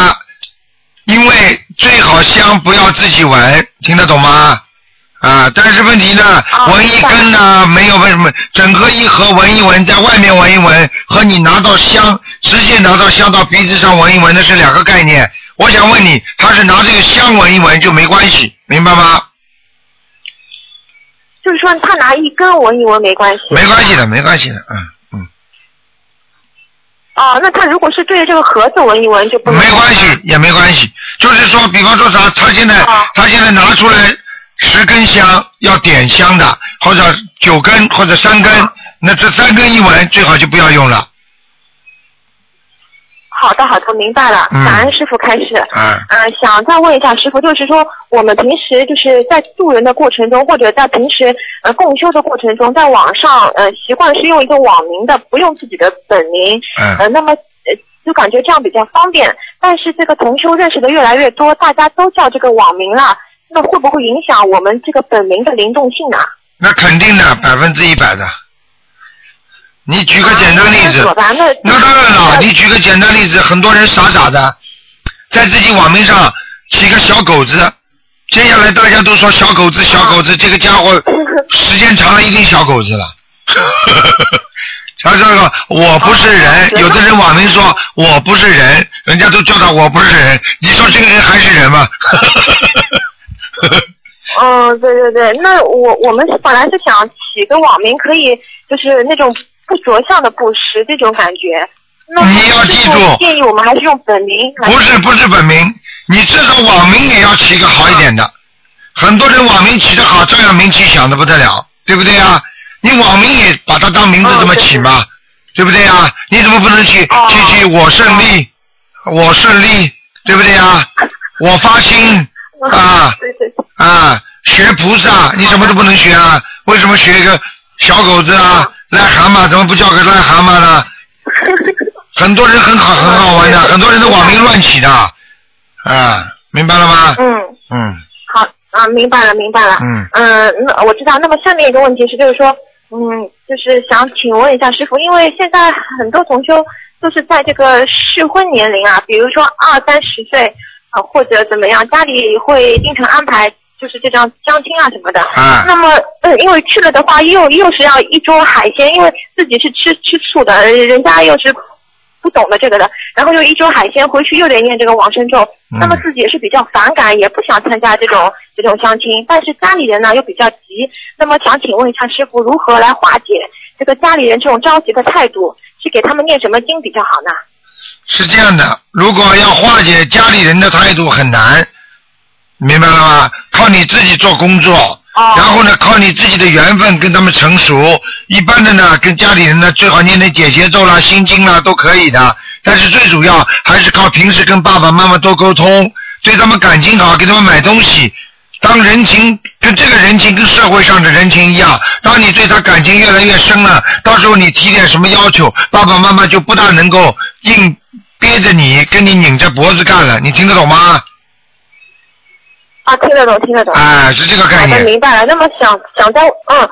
Speaker 1: 因为最好香不要自己闻，听得懂吗？啊，但是问题呢，
Speaker 6: 哦
Speaker 1: 闻一根呢没有为什么，整个一盒闻一闻，在外面闻一闻，和你拿到香直接拿到香到鼻子上闻一闻，那是两个概念。我想问你，他是拿这个香闻一闻就没关系，明白吗？
Speaker 6: 就是说他拿一根闻一闻没关系。
Speaker 1: 没关系的，没关系的，嗯嗯。
Speaker 6: 哦，那他如果是对着这个盒子闻一闻就不能
Speaker 1: 没关系，也没关系。就是说，比方说啥，他现在、
Speaker 6: 啊
Speaker 1: 他现在拿出来十根香，要点香的，或者九根或者三根，
Speaker 6: 啊
Speaker 1: 那这三根一闻最好就不要用了，
Speaker 6: 好的，好的，明白了。
Speaker 1: 嗯
Speaker 6: 感恩师傅开始。
Speaker 1: 啊、
Speaker 6: 呃，想再问一下师傅，就是说我们平时就是在渡人的过程中，或者在平时呃共修的过程中，在网上呃习惯是用一个网名的，不用自己的本名，
Speaker 1: 嗯
Speaker 6: 呃，那么呃就感觉这样比较方便。但是这个同修认识的越来越多，大家都叫这个网名了，那会不会影响我们这个本名的灵动性啊？
Speaker 1: 那肯定的，百分之一百的。你举个简单例
Speaker 6: 啊那
Speaker 1: 子，
Speaker 6: 说吧，那
Speaker 1: 那当然了，你举个简单例子，很多人傻傻的，在自己网名上起个小狗子，接下来大家都说小狗子小狗
Speaker 6: 啊
Speaker 1: 子，这个家 伙时间长了一定小狗子了。他这个我不是
Speaker 6: 哦
Speaker 1: 人，有的人网名说我不是人，人家都叫他我不是人，你说这个人还是 人吗？
Speaker 6: 嗯，对对对，那我我们本来是想起个网名，可以就是那种不着相的布施这种感觉。那
Speaker 1: 你要记住
Speaker 6: 师傅建议我们还是用本名。
Speaker 1: 不是不是本名，你至少网名也要起个好一点的。很多人网名起得好，照样名气响的不得了，对不对啊？你网名也把它当名字这么起嘛，对不对啊？你怎么不能去
Speaker 6: 哦
Speaker 1: 去去我胜利，我胜利，对不对啊？我发心啊
Speaker 6: 哦对对对，
Speaker 1: 啊，学菩萨，你什么都不能学啊？为什么学一个小狗子啊？
Speaker 6: 哦
Speaker 1: 癞蛤蟆怎么不叫个癞蛤蟆呢？很多人很好很好玩
Speaker 6: 哦
Speaker 1: 的，很多人的网名乱起的，啊，明白了吗？
Speaker 6: 嗯，
Speaker 1: 嗯
Speaker 6: 好啊，明白了明白了。
Speaker 1: 嗯，
Speaker 6: 嗯，那我知道。那么下面一个问题是，就是说，嗯，就是想请问一下师傅，因为现在很多同修都是在这个适婚年龄啊，比如说二三十岁啊、或者怎么样，家里会经常安排就是这张相亲啊什么的。
Speaker 1: 啊
Speaker 6: 那么，呃，因为去了的话，又又是要一桌海鲜，因为自己是吃吃素的，呃人家又是不懂的这个的，然后又一桌海鲜，回去又得念这个往生咒。
Speaker 1: 嗯
Speaker 6: 那么自己也是比较反感，也不想参加这种这种相亲，但是家里人呢又比较急。那么想请问一下师傅，如何来化解这个家里人这种着急的态度？是给他们念什么经比较好呢？
Speaker 1: 是这样的，如果要化解家里人的态度很难，明白了吗？靠你自己做工作，
Speaker 6: 哦
Speaker 1: 然后呢，靠你自己的缘分跟他们成熟。一般的呢，跟家里人呢，最好念念解结咒啦、心经啦，都可以的。但是最主要还是靠平时跟爸爸妈妈多沟通，对他们感情好，给他们买东西。当人情跟这个人情跟社会上的人情一样，当你对他感情越来越深了，到时候你提点什么要求，爸爸妈妈就不大能够硬憋着你，跟你拧着脖子干了。你听得懂吗？
Speaker 6: 啊，听得懂，听得懂。
Speaker 1: 哎，是这个概
Speaker 6: 好的，
Speaker 1: 念。
Speaker 6: 明白了。那么想想再嗯，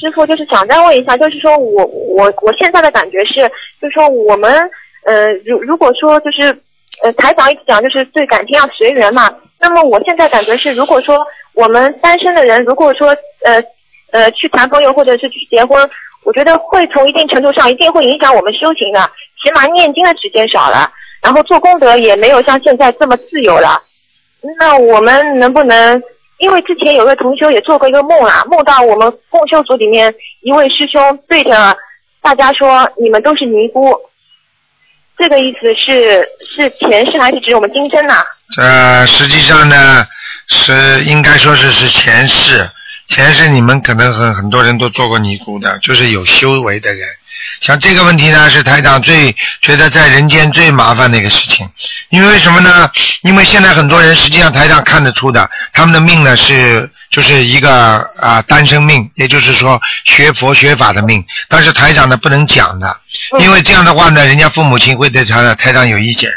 Speaker 6: 师傅就是想再问一下，就是说我我我现在的感觉是，就是说我们呃，如如果说就是呃，台长一直讲就是对感情要随缘嘛。那么我现在感觉是，如果说我们单身的人，如果说呃呃去谈朋友或者是去结婚，我觉得会从一定程度上一定会影响我们修行的，起码念经的时间少了，然后做功德也没有像现在这么自由了。那我们能不能？因为之前有位同修也做过一个梦啊，梦到我们共修组里面一位师兄对着大家说：“你们都是尼姑。”这个意思是是前世还是指我们今生呐、
Speaker 1: 呃，实际上呢，是应该说是是前世，前世你们可能很很多人都做过尼姑的，就是有修为的人。像这个问题呢，是台长最觉得在人间最麻烦的一个事情，因为什么呢？因为现在很多人实际上台长看得出的，他们的命呢是就是一个啊、单身命，也就是说学佛学法的命，但是台长呢不能讲的，因为这样的话呢，人家父母亲会对台长台长有意见。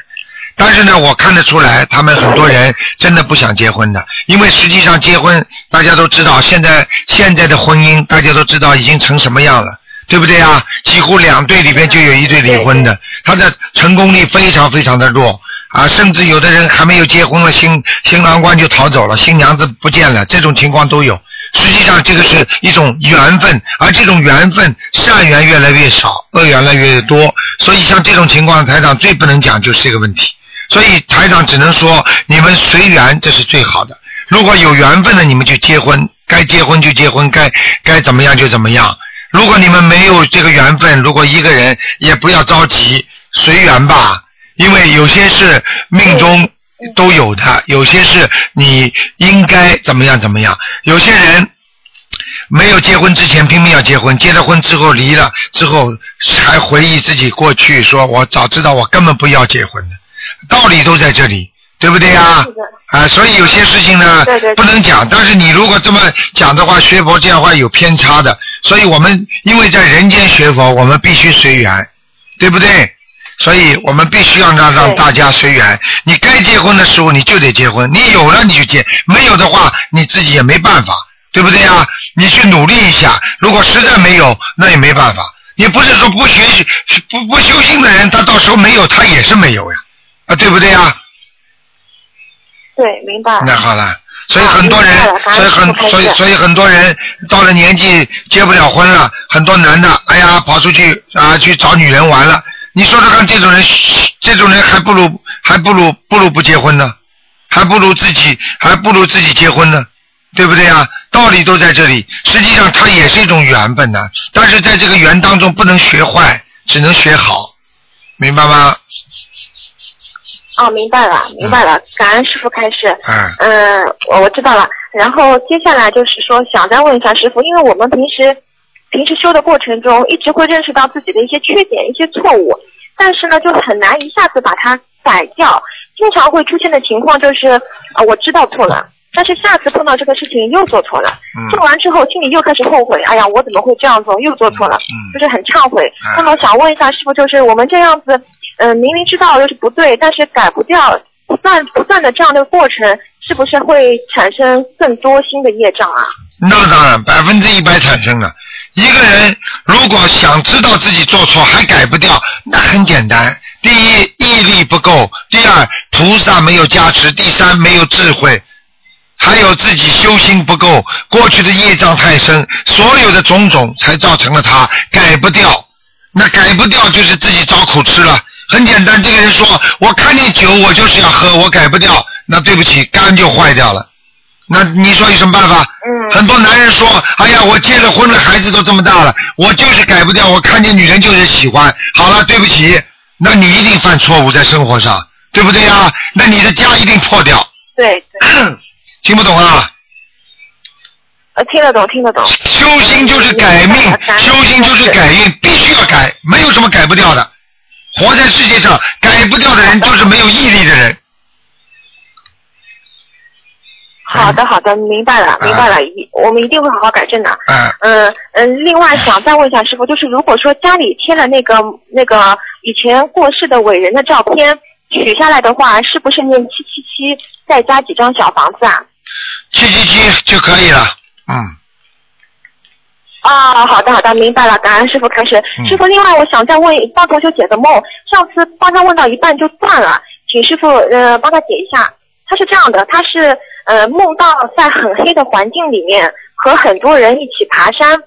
Speaker 1: 但是呢，我看得出来，他们很多人真的不想结婚的，因为实际上结婚，大家都知道，现在现在的婚姻，大家都知道已经成什么样了，对不对啊？几乎两对里边就有一对离婚的，他的成功率非常非常的弱啊，甚至有的人还没有结婚了，新新郎官就逃走了，新娘子不见了，这种情况都有。实际上，这个是一种缘分，而这种缘分，善缘越来越少，恶缘越来越多。所以，像这种情况，台长最不能讲就是这个问题。所以台长只能说你们随缘，这是最好的。如果有缘分的，你们就结婚，该结婚就结婚，该该怎么样就怎么样。如果你们没有这个缘分，如果一个人也不要着急，随缘吧，因为有些是命中都有的，有些是你应该怎么样怎么样，有些人。没有结婚之前拼命要结婚，结了婚之后离了之后还回忆自己过去，说我早知道我根本不要结婚的。道理都在这里，对不对呀？啊，所以有些事情呢
Speaker 6: 嗯对对对
Speaker 1: 不能讲，但是你如果这么讲的话，学佛这样的话有偏差的。所以我们因为在人间学佛，我们必须随缘，对不对？所以我们必须要让让
Speaker 6: 对
Speaker 1: 大家随缘。你该结婚的时候你就得结婚，你有了你就结，没有的话你自己也没办法，对不对呀？你去努力一下，如果实在没有，那也没办法。也不是说不学习、不不修心的人，他到时候没有，他也是没有呀。啊，对不对呀、
Speaker 6: 对，明白了。
Speaker 1: 那好了，所以很多人
Speaker 6: 啊明白了，感
Speaker 1: 所以
Speaker 6: 恩
Speaker 1: 很
Speaker 6: 师父
Speaker 1: 所以
Speaker 6: 开示
Speaker 1: 所以很多人到了年纪结不了婚了，很多男的，哎呀，跑出去啊去找女人玩了。你说说看，这种人，这种人还不如还不如不如不结婚呢，还不如自己还不如自己结婚呢，对不对啊？道理都在这里，实际上它也是一种缘分呐、但是在这个缘当中，不能学坏，只能学好，明白吗？
Speaker 6: 哦，明白了，明白了，感恩师傅开示。
Speaker 1: 嗯。
Speaker 6: 嗯，我我知道了。然后接下来就是说，想再问一下师傅，因为我们平时平时修的过程中，一直会认识到自己的一些缺点、一些错误，但是呢，就很难一下子把它改掉。经常会出现的情况就是，啊、我知道错了，但是下次碰到这个事情又做错了，
Speaker 1: 嗯
Speaker 6: 做完之后心里又开始后悔，哎呀，我怎么会这样做？又做错了，
Speaker 1: 嗯
Speaker 6: 就是很忏悔。
Speaker 1: 啊
Speaker 6: 那么想问一下师傅，就是我们这样子，嗯、明明知道就是不对，但是改不掉，不断不断的这样的过程，是不是会产生更多新的业障啊？
Speaker 1: 那当然，百分之一百产生了。一个人如果想知道自己做错还改不掉，那很简单。第一，毅力不够；第二，菩萨没有加持；第三，没有智慧。还有自己修心不够，过去的业障太深，所有的种种才造成了他改不掉。那改不掉就是自己找苦吃了。很简单，这个人说：“我看见酒，我就是要喝，我改不掉。”那对不起，肝就坏掉了。那你说有什么办法？
Speaker 6: 嗯
Speaker 1: 很多男人说：“哎呀，我结了婚了，孩子都这么大了，我就是改不掉，我看见女人就是喜欢。”好了，对不起，那你一定犯错误在生活上，对不对呀？那你的家一定破掉，
Speaker 6: 对，对
Speaker 1: 听不懂啊？
Speaker 6: 呃，听得懂，听得懂。嗯
Speaker 1: 修心就是改命，修心就是改运，必须要改，没有什么改不掉的。活在世界上，改不掉的人就是没有毅力的人。
Speaker 6: 好的，好的，明白了，明白了，一我们一定会好好改正的。
Speaker 1: 啊，
Speaker 6: 嗯嗯，另外想再问一下师傅，就是如果说家里贴了那个那个以前过世的伟人的照片取下来的话，是不是念七七七再加几张小房子啊？
Speaker 1: 七七七就可以了。嗯，
Speaker 6: 啊，好的好的，明白了，感恩师傅开始。
Speaker 1: 嗯
Speaker 6: 师傅，另外我想再问，帮同学解个梦，上次帮他问到一半就断了，请师傅呃帮他解一下。他是这样的，他是呃梦到在很黑的环境里面和很多人一起爬山，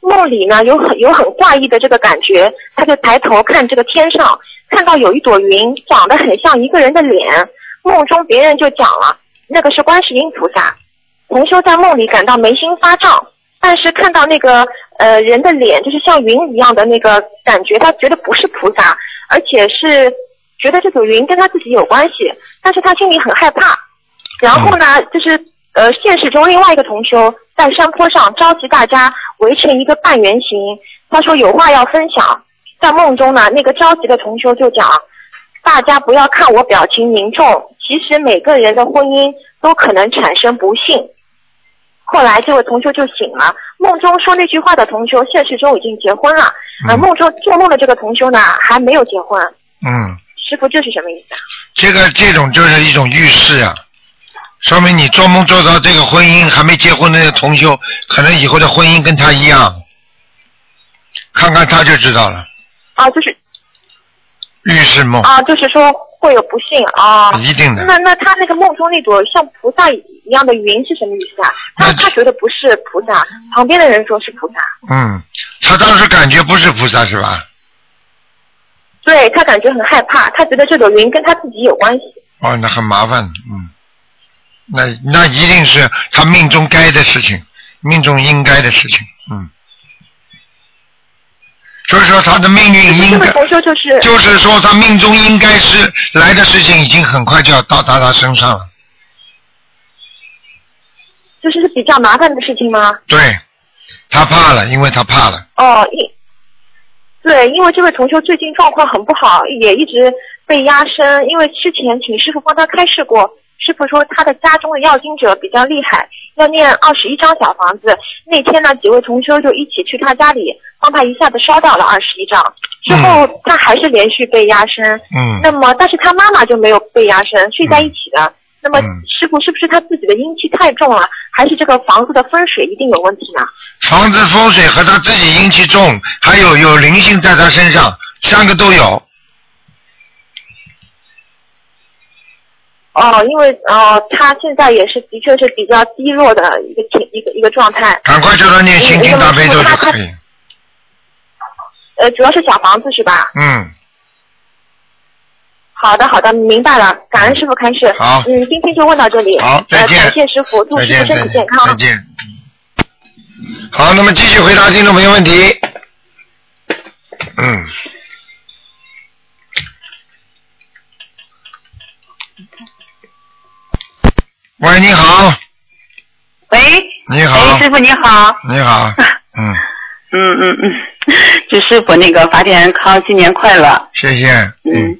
Speaker 6: 梦里呢有很有很怪异的这个感觉，他就抬头看这个天上，看到有一朵云长得很像一个人的脸，梦中别人就讲了，那个是观世音菩萨。同修在梦里感到眉心发胀，但是看到那个呃人的脸，就是像云一样的那个感觉，他觉得不是菩萨，而且是觉得这朵云跟他自己有关系，但是他心里很害怕。然后呢，就是呃，现实中另外一个同修在山坡上召集大家围成一个半圆形，他说有话要分享。在梦中呢，那个召集的同修就讲，大家不要看我表情凝重，其实每个人的婚姻都可能产生不幸。后来这位同修就醒了，梦中说那句话的同修，现实中已经结婚了，而
Speaker 1: 嗯
Speaker 6: 梦中做梦的这个同修呢还没有结婚。
Speaker 1: 嗯，
Speaker 6: 师傅，这是什么意思啊？
Speaker 1: 这个这种就是一种预示啊，说明你做梦做到这个婚姻还没结婚的那个同修，可能以后的婚姻跟他一样，看看他就知道了，
Speaker 6: 啊，就是
Speaker 1: 预示梦、
Speaker 6: 啊，就是说会有不幸啊。
Speaker 1: 哦一定的。
Speaker 6: 那那他那个梦中那朵像菩萨一样的云是什么意思啊？他
Speaker 1: 那
Speaker 6: 他觉得不是菩萨，旁边的人说是菩萨，
Speaker 1: 嗯，他当时感觉不是菩萨是吧？
Speaker 6: 对他感觉很害怕，他觉得这朵云跟他自己有关系。
Speaker 1: 哦，那很麻烦，嗯，那那一定是他命中该的事情，命中应该的事情，嗯，所以说他的命运
Speaker 6: 这
Speaker 1: 应
Speaker 6: 位
Speaker 1: 该，
Speaker 6: 同修就是
Speaker 1: 就是说他命中应该是来的事情已经很快就要到达他身上了，
Speaker 6: 就是是比较麻烦的事情吗？
Speaker 1: 对，他怕了，因为他怕了，
Speaker 6: 哦，因对，因为这位同修最近状况很不好，也一直被压身。因为之前请师傅帮他开示过，师傅说他的家中的要经者比较厉害，要念二十一张小房子。那天呢，几位同修就一起去他家里，帮他一下子烧到了二十一张。之后他还是连续被压身，
Speaker 1: 嗯，
Speaker 6: 那么但是他妈妈就没有被压身，睡在一起的。那么
Speaker 1: 嗯
Speaker 6: 师傅是不是他自己的阴气太重了，还是这个房子的风水一定有问题呢？
Speaker 1: 房子风水和他自己阴气重，还有有灵性在他身上，三个都有，
Speaker 6: 哦，因为哦，他现在也是的确是比较低落的一个情一个一个状态。嗯
Speaker 1: 赶快叫他念心经大悲咒就可以，
Speaker 6: 呃，主要是小房子是吧？
Speaker 1: 嗯，
Speaker 6: 好的，好的，明白了，感恩师傅开示。
Speaker 1: 好
Speaker 6: 嗯，今天就问到这里。
Speaker 1: 好再见
Speaker 6: 呃、感谢师傅，祝
Speaker 1: 再
Speaker 6: 师
Speaker 1: 见，
Speaker 6: 傅
Speaker 1: 再
Speaker 6: 身体
Speaker 1: 见
Speaker 6: 健，康。
Speaker 1: 再见。好，那么继续回答听众朋友问题。嗯。喂，你好，
Speaker 7: 喂，
Speaker 1: 你好
Speaker 7: 喂，，哎师傅你好，
Speaker 1: 你 好，嗯，
Speaker 7: 嗯嗯嗯， 祝师傅那个法体安康，新年快乐，
Speaker 1: 谢谢，嗯
Speaker 7: 嗯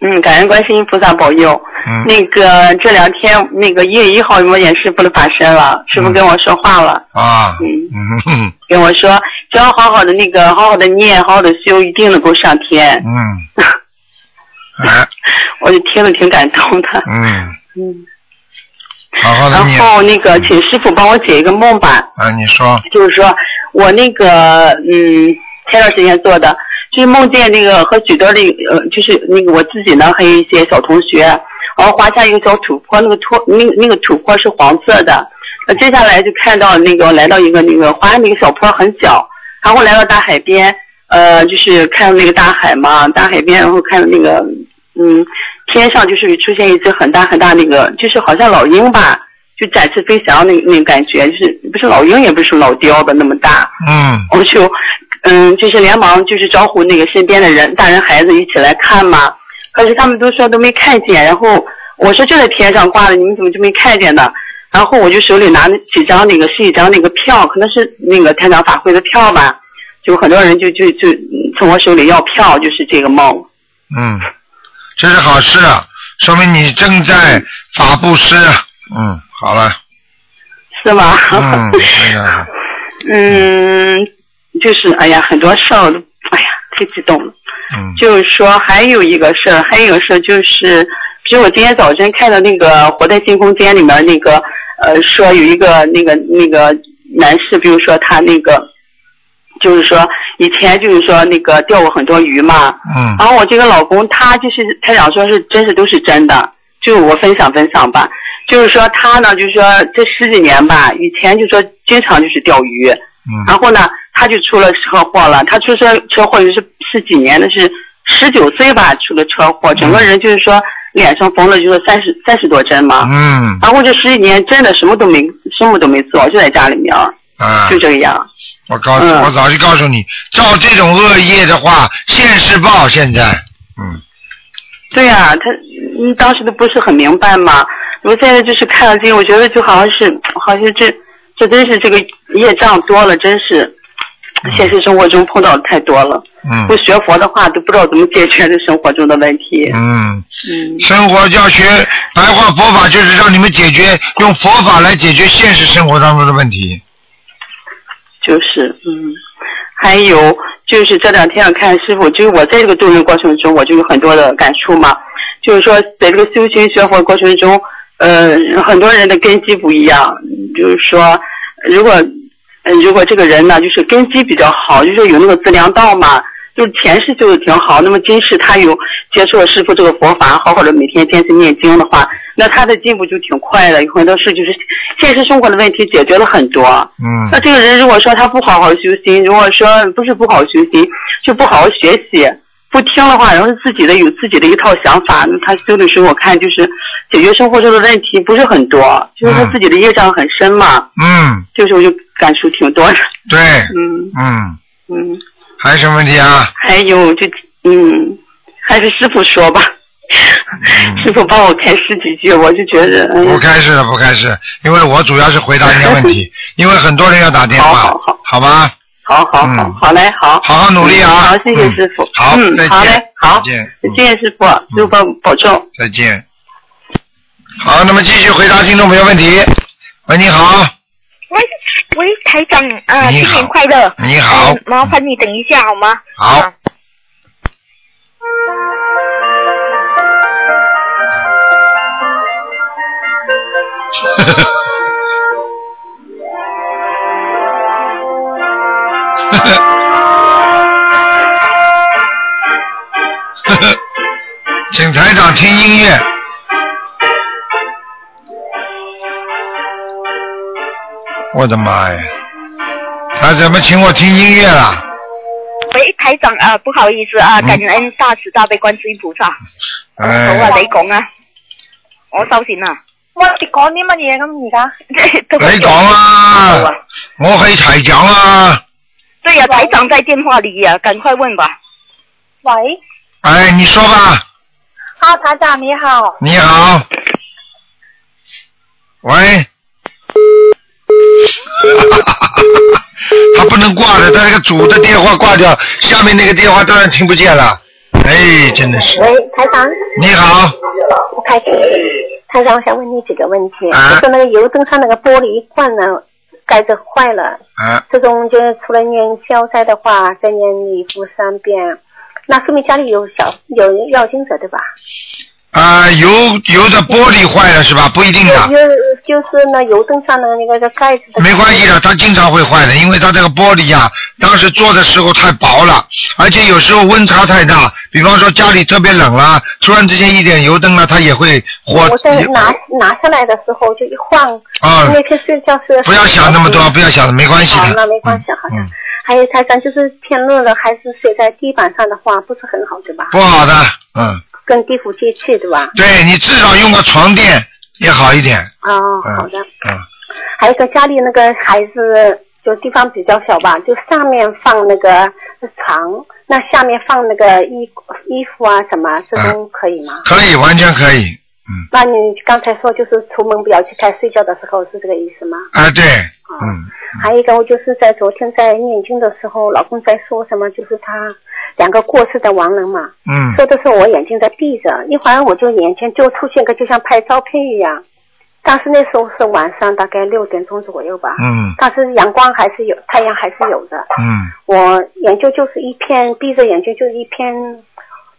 Speaker 7: 嗯，感恩观世音菩萨保佑。
Speaker 1: 嗯，
Speaker 7: 那个这两天那个一月一号我演师傅的法身了，师傅
Speaker 1: 嗯
Speaker 7: 跟我说话了，
Speaker 1: 啊，
Speaker 7: 嗯
Speaker 1: 嗯哼
Speaker 7: 跟我说只要好好的那个好好的念，好好的修，一定能够上天。
Speaker 1: 嗯，哎，
Speaker 7: 我就听了挺感动的，
Speaker 1: 嗯，
Speaker 7: 嗯。
Speaker 1: 好好的嗯
Speaker 7: 然
Speaker 1: 念
Speaker 7: 后那个请师傅帮我解一个梦吧，
Speaker 1: 啊，你说，
Speaker 7: 就是说我那个嗯，前段时间做的，就是梦见那个和许多的呃，就是那个我自己呢，还有一些小同学，然后滑下一个小土坡，那个土那个那个土坡是黄色的，呃接下来就看到那个来到一个那个滑那个小坡很小，然后来到大海边，呃，就是看到那个大海嘛，大海边，然后看到那个嗯。天上就是出现一只很大很大那个，就是好像老鹰吧，就展翅飞翔那那个感觉，就是不是老鹰，也不是老雕的那么大。
Speaker 1: 嗯
Speaker 7: 我就嗯，就是连忙就是招呼那个身边的人，大人孩子一起来看嘛。可是他们都说都没看见，然后我说就在天上挂着，你们怎么就没看见呢？然后我就手里拿那几张那个是一张那个票，可能是那个台长法会的票吧，就很多人就就就嗯从我手里要票，就是这个梦。
Speaker 1: 嗯，这是好事，啊，说明你正在法布施。嗯，好了，
Speaker 7: 是吗？
Speaker 1: 嗯，哎呀，
Speaker 7: 嗯，就是哎呀，很多事儿我都哎呀太激动了。
Speaker 1: 嗯
Speaker 7: 就是说还有一个事儿，还有一个事儿就是，就是我今天早晨看到那个《活在新空间》里面那个呃，说有一个那个那个男士，比如说他那个，就是说以前就是说那个钓过很多鱼嘛，
Speaker 1: 嗯
Speaker 7: 然后我这个老公他就是他想说是真是都是真的，就是我分享分享吧，就是说他呢，就是说这十几年吧，以前就说经常就是钓鱼，
Speaker 1: 嗯
Speaker 7: 然后呢他就出了车祸了，他出车车祸就是是几年的是十九岁吧出了车
Speaker 1: 嗯
Speaker 7: 祸，整个人就是说脸上缝了就是三十三十多针嘛，
Speaker 1: 嗯
Speaker 7: 然后这十几年真的什么都没什么都没做，就在家里面儿
Speaker 1: 啊
Speaker 7: 就，这个样，
Speaker 1: 我告诉，
Speaker 7: 嗯
Speaker 1: 我早就告诉你，照这种恶业的话，现世报现在。嗯
Speaker 7: 对呀、他嗯当时都不是很明白嘛。我现在就是看了这个，我觉得就好像是，好像这这真是这个业障多了，真是现实生活中碰到的太多了。
Speaker 1: 嗯
Speaker 7: 不学佛的话，都不知道怎么解决这生活中的问题。
Speaker 1: 嗯，
Speaker 7: 嗯
Speaker 1: 生活教学白话佛法就是让你们解决用佛法来解决现实生活当中的问题。
Speaker 7: 就是嗯，还有就是这两天我看师傅，就是我在这个度人过程中，我就有很多的感触嘛。就是说，在这个修行学佛过程中，呃，很多人的根基不一样。就是说，如果、呃如果这个人呢，就是根基比较好，就是有那个资粮道嘛，就是前世修的挺好，那么今世他有接触了师傅这个佛法，好好的每天坚持念经的话，那他的进步就挺快的，有很多事就是现实生活的问题解决了很多。
Speaker 1: 嗯
Speaker 7: 那这个人如果说他不好好修心，如果说不是不好修心，就不好好学习，不听的话，然后自己的有自己的一套想法，那他修的时候我看就是解决生活中的问题不是很多，就是他
Speaker 1: 嗯
Speaker 7: 自己的业障很深嘛，
Speaker 1: 嗯，
Speaker 7: 就是我就感触挺多的。
Speaker 1: 对，
Speaker 7: 嗯
Speaker 1: 嗯，
Speaker 7: 嗯，
Speaker 1: 还有什么问题啊？
Speaker 7: 还有就嗯，还是师傅说吧，
Speaker 1: 嗯
Speaker 7: 师傅帮我开示几句，我就觉得哎呀
Speaker 1: 不开始了，不开始，因为我主要是回答人家问 题，因为很多人要打电话，
Speaker 7: 好好好
Speaker 1: 吧？
Speaker 7: 好好好
Speaker 1: 嗯
Speaker 7: 好嘞，好，
Speaker 1: 好好努力啊！
Speaker 7: 好，谢谢
Speaker 1: 嗯
Speaker 7: 师傅。
Speaker 1: 好，
Speaker 7: 嗯
Speaker 1: 再见。
Speaker 7: 好嘞，好
Speaker 1: 再，见，嗯
Speaker 7: 谢谢师傅，师傅保保重。
Speaker 1: 再见。好，那么继续回答听众朋友问题。喂，你好，
Speaker 8: 喂喂，台长啊，
Speaker 1: 你
Speaker 8: 新
Speaker 1: 好
Speaker 8: 年快乐！
Speaker 1: 你好
Speaker 8: 嗯麻烦你等一下好吗？
Speaker 1: 好
Speaker 8: 啊。
Speaker 1: 请台长听音乐。我的妈呀！他怎么请我听音乐了？
Speaker 8: 喂，台长啊，不好意思啊，
Speaker 1: 嗯
Speaker 8: 感恩大慈大悲观世音菩萨，好
Speaker 1: 哎
Speaker 8: 啊，，你講啊，我收線啦。
Speaker 6: 我哋講啲乜嘢咁而家？
Speaker 8: 都
Speaker 1: 你啊講啦，我係齊講啦。
Speaker 8: 对呀、台长在电话里呀、啊赶快問吧。
Speaker 6: 喂，
Speaker 1: 哎，你说吧，
Speaker 6: 哈台长你好，
Speaker 1: 你好。喂。 他不能挂的，他那个主的电话挂掉，下面那个电话当然听不见了。哎，真的是。
Speaker 9: 喂，台长，
Speaker 1: 你好，
Speaker 9: 我开始。台长，我想问你几个问题。就
Speaker 1: 啊
Speaker 9: 是那个油灯上那个玻璃罐呢，盖子坏了，
Speaker 1: 啊，
Speaker 9: 这中间除了念消灾的话，再念礼佛三遍，那说明家里有小有要经者对吧？
Speaker 1: 啊，油油的玻璃坏了是吧？不一定的。
Speaker 9: 有就是那油灯上的那个那个盖子的。
Speaker 1: 没关系的，它经常会坏的，因为它这个玻璃呀、当时做的时候太薄了，而且有时候温差太大，比方说家里特别冷啦，突然之间一点油灯了，它也会火。
Speaker 9: 我在拿拿下来的时候就一晃，
Speaker 1: 啊
Speaker 9: 那天睡觉是。
Speaker 1: 不要想那么多，不要想了，啊没关系
Speaker 9: 好，那
Speaker 1: 的。
Speaker 9: 没关系，好的。
Speaker 1: 嗯，
Speaker 9: 还有台长，就是天热了，还是睡在地板上的话，不是很好，对吧？
Speaker 1: 不好的，嗯，
Speaker 9: 跟地府接气，对吧？
Speaker 1: 对你至少用个床垫也好一点。
Speaker 9: 哦，
Speaker 1: 嗯，
Speaker 9: 好的。
Speaker 1: 嗯，
Speaker 9: 还有个家里那个孩子，就地方比较小吧，就上面放那个床，那下面放那个衣衣服啊什么，这都可以吗？
Speaker 1: 嗯可以，完全可以。
Speaker 9: 那你刚才说就是出门不要去开，睡觉的时候是这个意思 吗？
Speaker 1: 啊，对，嗯，
Speaker 9: 还有一个，我就是在昨天在念经的时候，老公在说什么，就是他两个过世的亡人嘛，
Speaker 1: 嗯，
Speaker 9: 说的是我眼睛在闭着，一会儿我就眼前就出现个就像拍照片一样。当时那时候是晚上大概六点钟左右吧，
Speaker 1: 嗯，
Speaker 9: 但是阳光还是有，太阳还是有的。
Speaker 1: 嗯，
Speaker 9: 我眼睛就是一片闭着眼睛就是一片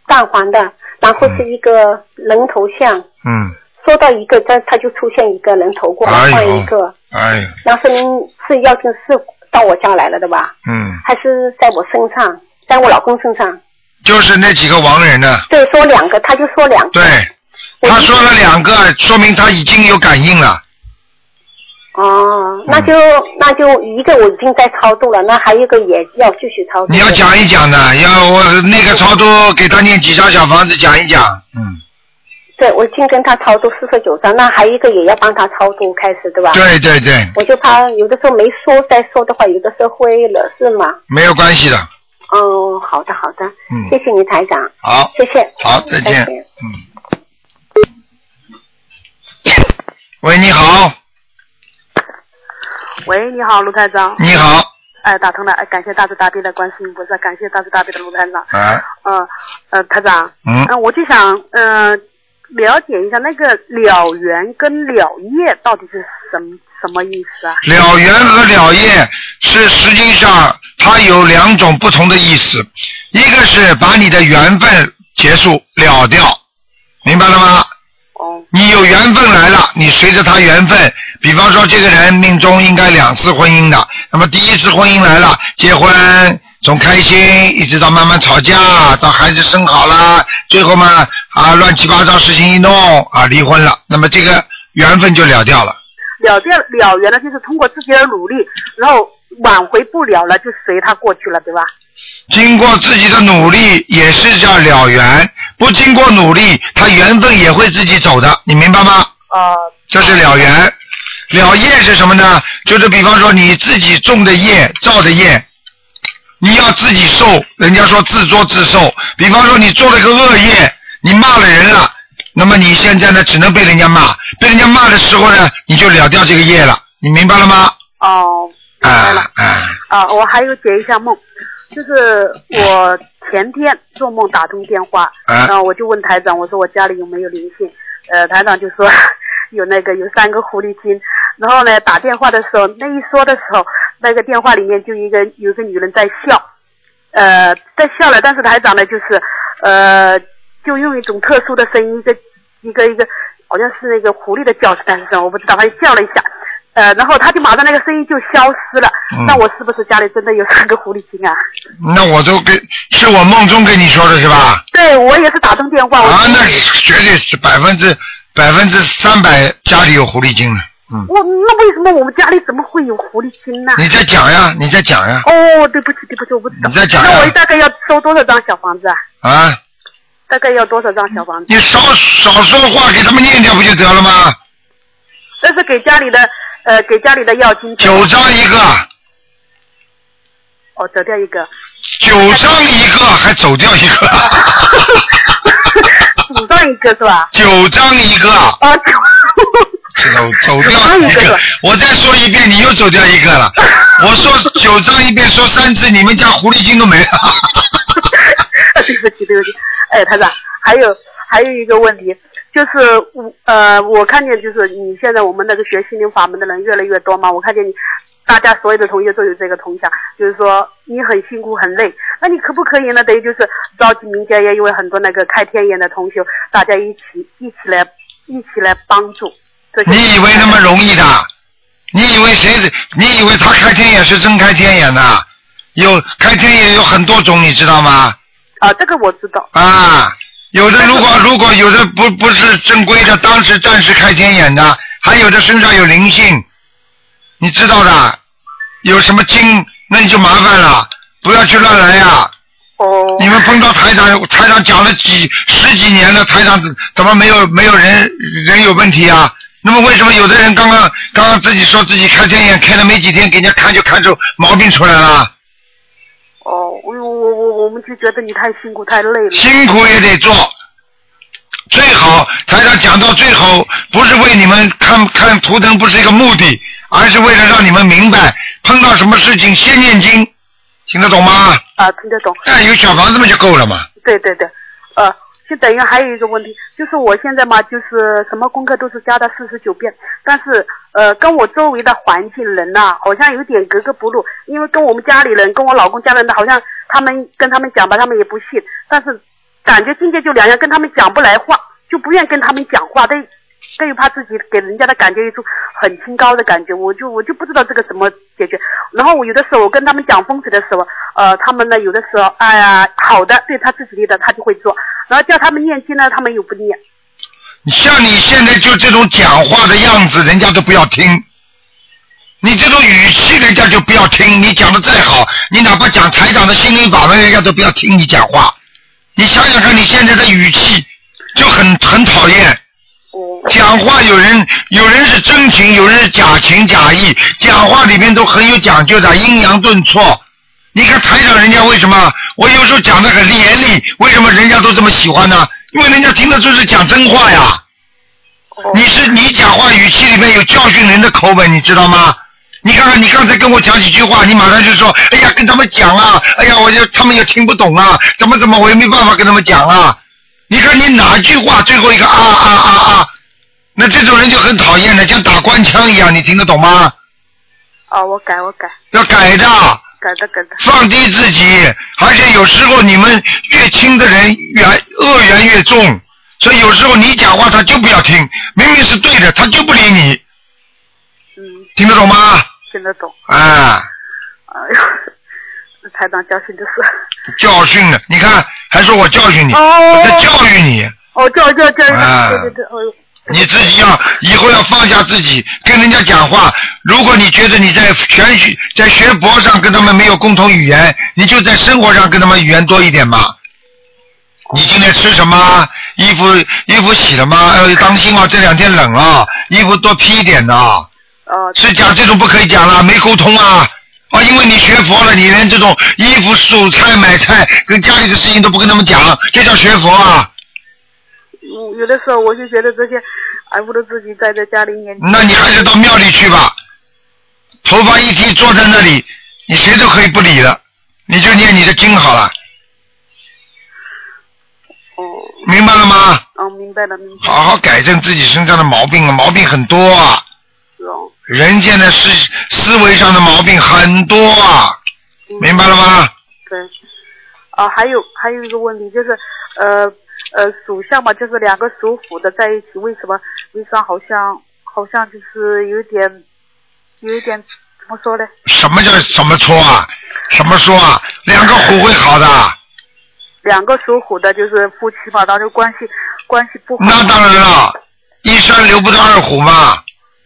Speaker 9: 淡黄的，然后是一个人头像，
Speaker 1: 嗯，
Speaker 9: 说到一个，但它就出现一个人头过来
Speaker 1: 哎呦
Speaker 9: 换一个，
Speaker 1: 哎呦，
Speaker 9: 那说明是妖精是到我家来了的吧？
Speaker 1: 嗯，
Speaker 9: 还是在我身上，在我老公身上？
Speaker 1: 就是那几个亡人呢、
Speaker 9: 对，说两个，他就说两个。
Speaker 1: 对，他说了两个，说明他已经有感应了。
Speaker 9: 哦，那就、那就一个我已经在超度了，那还有一个也要继续超度。
Speaker 1: 你要讲一讲的，要我那个超度给他念几张小房子讲一讲。嗯，
Speaker 9: 对，我已经跟他超度四十九张，那还有一个也要帮他超度开始，对吧？。
Speaker 1: 对对对，
Speaker 9: 我就怕有的时候没说再说的话，有的时候会惹事嘛。
Speaker 1: 没有关系的。
Speaker 9: 哦，好的好的，
Speaker 1: 嗯
Speaker 9: 谢谢你台长，
Speaker 1: 好，嗯
Speaker 9: 谢谢。
Speaker 1: 好，再见。
Speaker 9: 再见
Speaker 1: 嗯。喂，你好，
Speaker 10: 喂，你好，卢台长。
Speaker 1: 你好。
Speaker 10: 哎，打通了，哎，感谢大慈大悲的观世音菩萨，感谢大慈大悲的卢台长。
Speaker 1: 啊，
Speaker 10: 嗯、呃，台长。
Speaker 1: 嗯
Speaker 10: 呃我就想，呃，了解一下那个了缘跟了业到底是什么什么意思啊？
Speaker 1: 了缘和了业是实际上它有两种不同的意思，一个是把你的缘分结束了掉，明白了吗？你有缘分来了，你随着他缘分，比方说这个人命中应该两次婚姻的，那么第一次婚姻来了，结婚从开心一直到慢慢吵架，到孩子生好了，最后嘛啊乱七八糟事情一弄啊离婚了，那么这个缘分就了掉了。
Speaker 10: 了掉了缘呢，就是通过自己的努力，然后挽回不了了，就随它过去了，对吧？
Speaker 1: 经过自己的努力也是叫了缘，不经过努力，他缘分也会自己走的，你明白吗？
Speaker 10: 哦。
Speaker 1: 这是了缘，了业是什么呢？就是比方说你自己种的业、造的业，你要自己受。人家说自作自受。比方说你做了个恶业，你骂了人了，那么你现在呢，只能被人家骂。被人家骂的时候呢，你就了掉这个业了，你明白了吗？
Speaker 10: 哦，
Speaker 1: 啊啊。哎
Speaker 10: 啊，我还有解一下梦，就是我前天做梦打通电话，
Speaker 1: 啊
Speaker 10: 然后我就问台长，我说我家里有没有灵性？呃，台长就说 有那个有三个狐狸精，然后呢打电话的时候，那一说的时候，那个电话里面就一个有一个女人在笑，呃，在笑了，但是台长呢就是呃，就用一种特殊的声音，一个一个一个，好像是那个狐狸的叫声还哎是什么，我不知道，反正叫了一下。呃，然后他就马上那个声音就消失了。
Speaker 1: 嗯
Speaker 10: 那我是不是家里真的有三个狐狸精啊？
Speaker 1: 那我都跟是我梦中跟你说的是吧？
Speaker 10: 对，我也是打通电话。我
Speaker 1: 啊，那 绝对是百分之百分之三百家里有狐狸精的。嗯，
Speaker 10: 我那为什么我们家里怎么会有狐狸精呢？
Speaker 1: 你再讲呀，你再讲呀，
Speaker 10: 哦，对不起，对不起，我不知道。
Speaker 1: 你再讲呀
Speaker 10: 那我大概要收多少张小房子啊？
Speaker 1: 啊，
Speaker 10: 大概要多少张小房子？
Speaker 1: 你少少说话，给他们念掉不就得了吗？
Speaker 10: 这是给家里的，呃，给家里的要金。
Speaker 1: 九张一个。
Speaker 10: 哦，折掉一个，
Speaker 1: 九张一个，还走掉一个，
Speaker 10: 五张一个是吧？
Speaker 1: 九张一个，
Speaker 10: 哦，
Speaker 1: 走走掉一个。我再说一遍，你又走掉一个了。我说九张一遍，说三次，你们家狐狸精都没了。
Speaker 10: 对不起，对不起，哎，台长，还有还有一个问题，就是我呃，我看见就是你现在我们那个学心灵法门的人越来越多嘛，我看见你大家所有的同学都有这个同享，就是说你很辛苦很累，那你可不可以呢？等于就是召集民间也有很多那个开天眼的同学，大家一起一起来一起来帮助。这些
Speaker 1: 你以为那么容易的？你以为谁是？你以为他开天眼是真开天眼呐？有开天眼有很多种，你知道吗？
Speaker 10: 啊，这个我知道。
Speaker 1: 啊，有的如果如果有的不不是正规的，当时暂时开天眼的，还有的身上有灵性，你知道的，有什么经，那你就麻烦了，不要去乱来啊呀、
Speaker 10: 哦。
Speaker 1: 你们碰到台长，台长讲了几十几年了，台长怎么没有没有人人有问题啊？那么为什么有的人刚刚刚刚自己说自己开天眼开了没几天，给人家看就看出毛病出来了？
Speaker 10: 哦，我我我我们就觉得你太辛苦太累了。
Speaker 1: 辛苦也得做。最好台上讲到最后，不是为你们看看图腾，不是一个目的，而是为了让你们明白，碰到什么事情先念经，听得懂吗？
Speaker 10: 啊，听得懂。
Speaker 1: 但有小房子嘛就够了嘛。
Speaker 10: 对对对，呃，就等于还有一个问题，就是我现在嘛，就是什么功课都是加到四十九遍，但是呃，跟我周围的环境人呐、好像有点格格不入，因为跟我们家里人，跟我老公家人的，好像他们跟他们讲吧，他们也不信，但是感觉境界就两样，跟他们讲不来话，就不愿跟他们讲话，但但又怕自己给人家的感觉一种很清高的感觉，我就我就不知道这个怎么解决。然后我有的时候我跟他们讲风水的时候，呃，他们呢有的时候哎呀好的对他自己的他就会做，然后叫他们念经呢他们又不念。
Speaker 1: 像你现在就这种讲话的样子，人家都不要听。你这种语气，人家就不要听。你讲的再好，你哪怕讲台长的心灵法门，人家都不要听你讲话。你想想看，你现在的语气就很很讨厌。讲话有人有人是真情，有人是假情假意，讲话里面都很有讲究的，阴阳顿挫。你看台长人家为什么？我有时候讲的很严厉，为什么人家都这么喜欢呢？因为人家听得出是讲真话呀。你是你讲话语气里面有教训人的口吻，你知道吗？你看看，你刚才跟我讲几句话，你马上就说，哎呀，跟他们讲啊，哎呀，我就他们也听不懂啊，怎么怎么，我也没办法跟他们讲啊。你看你哪句话最后一个啊啊啊啊，那这种人就很讨厌的，像打官腔一样，你听得懂吗？
Speaker 10: 哦，我改，我改，
Speaker 1: 要改的。
Speaker 10: 改的改的。
Speaker 1: 放低自己，而且有时候你们越轻的人缘恶缘越重，所以有时候你讲话他就不要听，明明是对的，他就不理你。嗯。听得懂吗？
Speaker 10: 听得懂。
Speaker 1: 啊，
Speaker 10: 哎呦，台长教训就是。
Speaker 1: 教训了，你看还说我教训你，
Speaker 10: 哦
Speaker 1: 我在教育你，
Speaker 10: 哦，教教教，
Speaker 1: 啊
Speaker 10: 对对对，哦，
Speaker 1: 你自己要以后要放下自己，跟人家讲话。如果你觉得你在玄学在学博上跟他们没有共同语言，你就在生活上跟他们语言多一点嘛。你今天吃什么？衣服衣服洗了吗？呃，当心哦，这两天冷啊，衣服多披一点呐、是讲这种不可以讲了，没沟通啊。啊，因为你学佛了，你连这种衣服、蔬菜、买菜跟家里的事情都不跟他们讲，这叫学佛啊？
Speaker 10: 我嗯有的时候我就觉得这些，哎，不如自己待在家里念。
Speaker 1: 那你还是到庙里去吧。头发一剃，坐在那里，你谁都可以不理了，你就念你的经好了。明白了吗？
Speaker 10: 嗯，明白了，明白
Speaker 1: 好好改正自己身上的毛病啊，毛病很多啊。人现在思思维上的毛病很多啊，明白了吗？
Speaker 10: 对。啊，还有还有一个问题就是，呃呃，属相嘛，就是两个属虎的在一起，为什么为啥好像好像就是有点有一点怎么说呢？
Speaker 1: 什么叫怎么搓啊？什么说啊？两个虎会好的。
Speaker 10: 两个属虎的就是夫妻嘛，当时关系关系不好。
Speaker 1: 那当然了，一山留不得二虎嘛。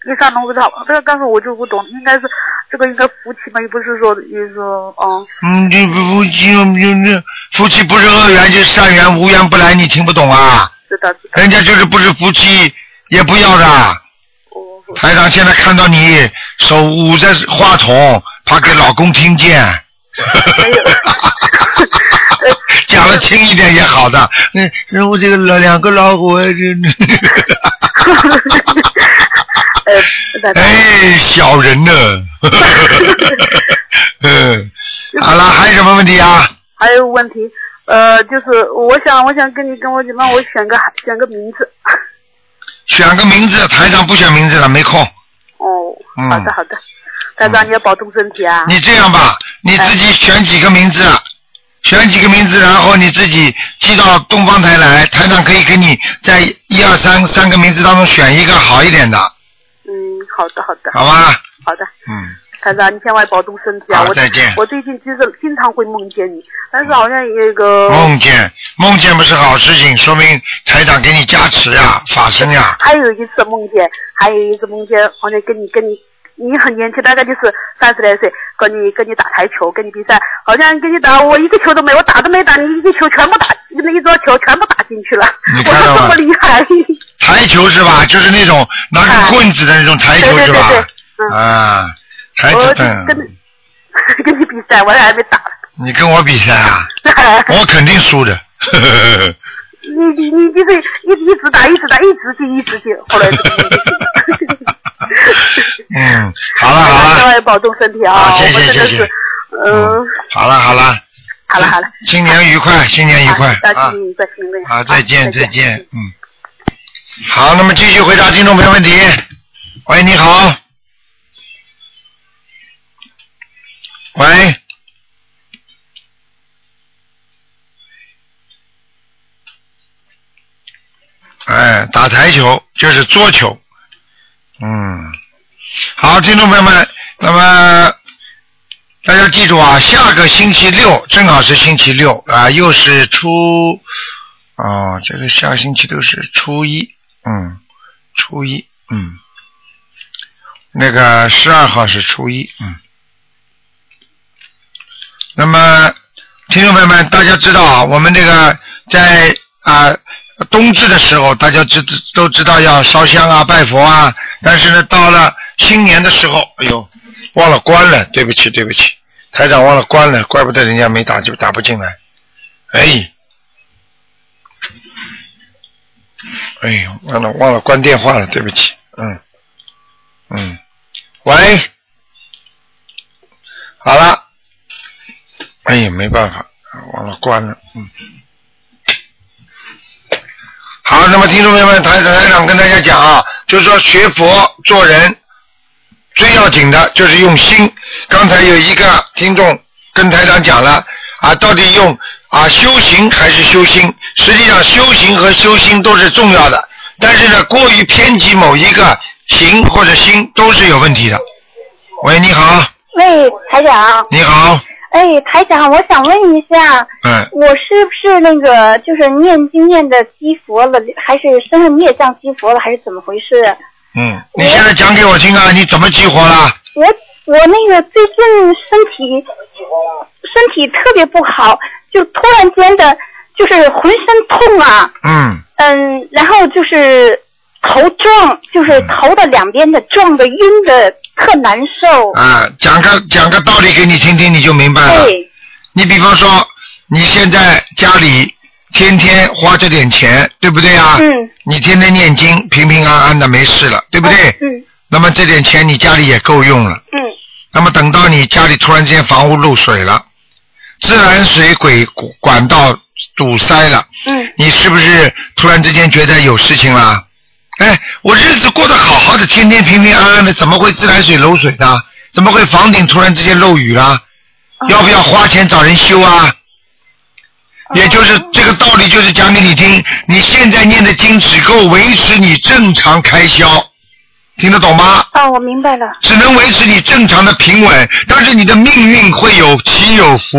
Speaker 10: 一上龙不道，这个但是我就不懂，应该是这个应该夫妻嘛，又不是说又说哦，
Speaker 1: 嗯，这夫妻就是夫妻不是恶缘就是善缘，无缘不来，你听不懂啊？
Speaker 10: 知道知道。
Speaker 1: 人家就是不是夫妻也不要的。台长现在看到你手捂着话筒，怕给老公听见。 讲的轻一点也好的，嗯，然后这个老两个老虎，哎这哎，小人呢？ 嗯，好了，还有什么问题啊？
Speaker 10: 还有问题，呃，就是我想我想跟你跟我讲，帮我选个选个名字。
Speaker 1: 选个名字，台长不选名字了，没空。
Speaker 10: 哦，
Speaker 1: 嗯
Speaker 10: 好的好的，台长你要保重身体啊。嗯
Speaker 1: 你这样吧，你自己选几个名字，选几个名字，然后你自己寄到东方台来，台长可以给你在一二三三个名字当中选一个好一点的，
Speaker 10: 嗯，好的好的。
Speaker 1: 好吧？
Speaker 10: 好的，
Speaker 1: 嗯，
Speaker 10: 台长你千万保重身体啊！
Speaker 1: 好
Speaker 10: 我
Speaker 1: 再见嗯
Speaker 10: 我最近就是经常会梦见你，但是好像有一个
Speaker 1: 梦见梦见不是好事情，说明台长给你加持呀、法身呀、
Speaker 10: 还有一次梦见，还有一次梦见，好像跟你跟你，你很年轻，大概就是三十来岁，跟你跟你打台球，跟你比赛，好像跟你打，我一个球都没有，我打都没打，你一个球全部打，那一桌球全部打进去了，
Speaker 1: 你
Speaker 10: 我
Speaker 1: 看
Speaker 10: 说
Speaker 1: 到
Speaker 10: 这
Speaker 1: 吗
Speaker 10: 么厉害，
Speaker 1: 台球是吧？就是那种拿个棍子的那种台球是吧？
Speaker 10: 对对对
Speaker 1: 啊，台球
Speaker 10: 我
Speaker 1: 嗯，
Speaker 10: 跟你 跟你比赛，我还没打，
Speaker 1: 你跟我比赛 啊？我肯定输的。
Speaker 10: 你你你就是一一直打，一直打，一直进，一直进，后来就
Speaker 1: 嗯， 好了好
Speaker 10: 千
Speaker 1: 了，
Speaker 10: 万保重身体啊，
Speaker 1: 好谢谢
Speaker 10: 我真的
Speaker 1: 谢
Speaker 10: 是
Speaker 1: 谢，
Speaker 10: 嗯，
Speaker 1: 好了好了，
Speaker 10: 好了好了，
Speaker 1: 新年愉快，新年愉快
Speaker 10: 啊，
Speaker 1: 啊
Speaker 10: 祝！你再新年
Speaker 1: 好，啊再见再见，嗯。好，那么继续回答听众朋友问题。喂，你好。喂。哎，打台球就是桌球，嗯，好，听众朋友们，那么大家记住啊，下个星期六正好是星期六啊，又是初，哦，这个下个星期六是初一，嗯，初一，嗯，那个十二号是初一，嗯。那么，听众朋友们，大家知道啊，我们这个在啊、冬至的时候，大家知都知道要烧香啊、拜佛啊，但是呢，到了新年的时候，哎呦，忘了关了，对不起，对不起，台长忘了关了，怪不得人家没打就打不进来，哎，哎，忘了忘了关电话了，对不起，嗯，嗯，喂，好了，哎呀，没办法，忘了关了，嗯。好，那么听众朋友们，台台长跟大家讲啊，就是说学佛做人最要紧的就是用心。刚才有一个听众跟台长讲了啊，到底用啊修行还是修心？实际上修行和修心都是重要的，但是呢，过于偏激某一个行或者心都是有问题的。喂，你好，
Speaker 11: 喂，台长。
Speaker 1: 你好，
Speaker 11: 哎，台长，我想问一下，
Speaker 1: 嗯，
Speaker 11: 我是不是那个就是念经念的激佛了，还是身上孽障激佛了，还是怎么回事？
Speaker 1: 嗯，你现在讲给我听啊，你怎么激活了？
Speaker 11: 我我那个最近身体身体特别不好，就突然间的，就是浑身痛啊，
Speaker 1: 嗯
Speaker 11: 嗯，然后就是头撞，就是
Speaker 1: 嗯
Speaker 11: 头的两边的撞的晕的，特难受。
Speaker 1: 啊，讲个讲个道理给你听听，你就明白了。
Speaker 11: 对，
Speaker 1: 你比方说，你现在家里天天花这点钱，对不对啊？
Speaker 11: 嗯。
Speaker 1: 你天天念经，平平安安的，没事了，对不对？
Speaker 11: 嗯。
Speaker 1: 那么这点钱你家里也够用了。
Speaker 11: 嗯。
Speaker 1: 那么等到你家里突然之间房屋漏水了，自来水管管道堵塞了，
Speaker 11: 嗯，
Speaker 1: 你是不是突然之间觉得有事情了？哎，我日子过得好好的，天天平平安安的，怎么会自来水漏水呢？怎么会房顶突然之间漏雨啦？要不要花钱找人修啊？也就是这个道理，就是讲给你听。你现在念的经只够维持你正常开销，听得懂吗？
Speaker 11: 啊，我明白了。
Speaker 1: 只能维持你正常的平稳，但是你的命运会有起有伏，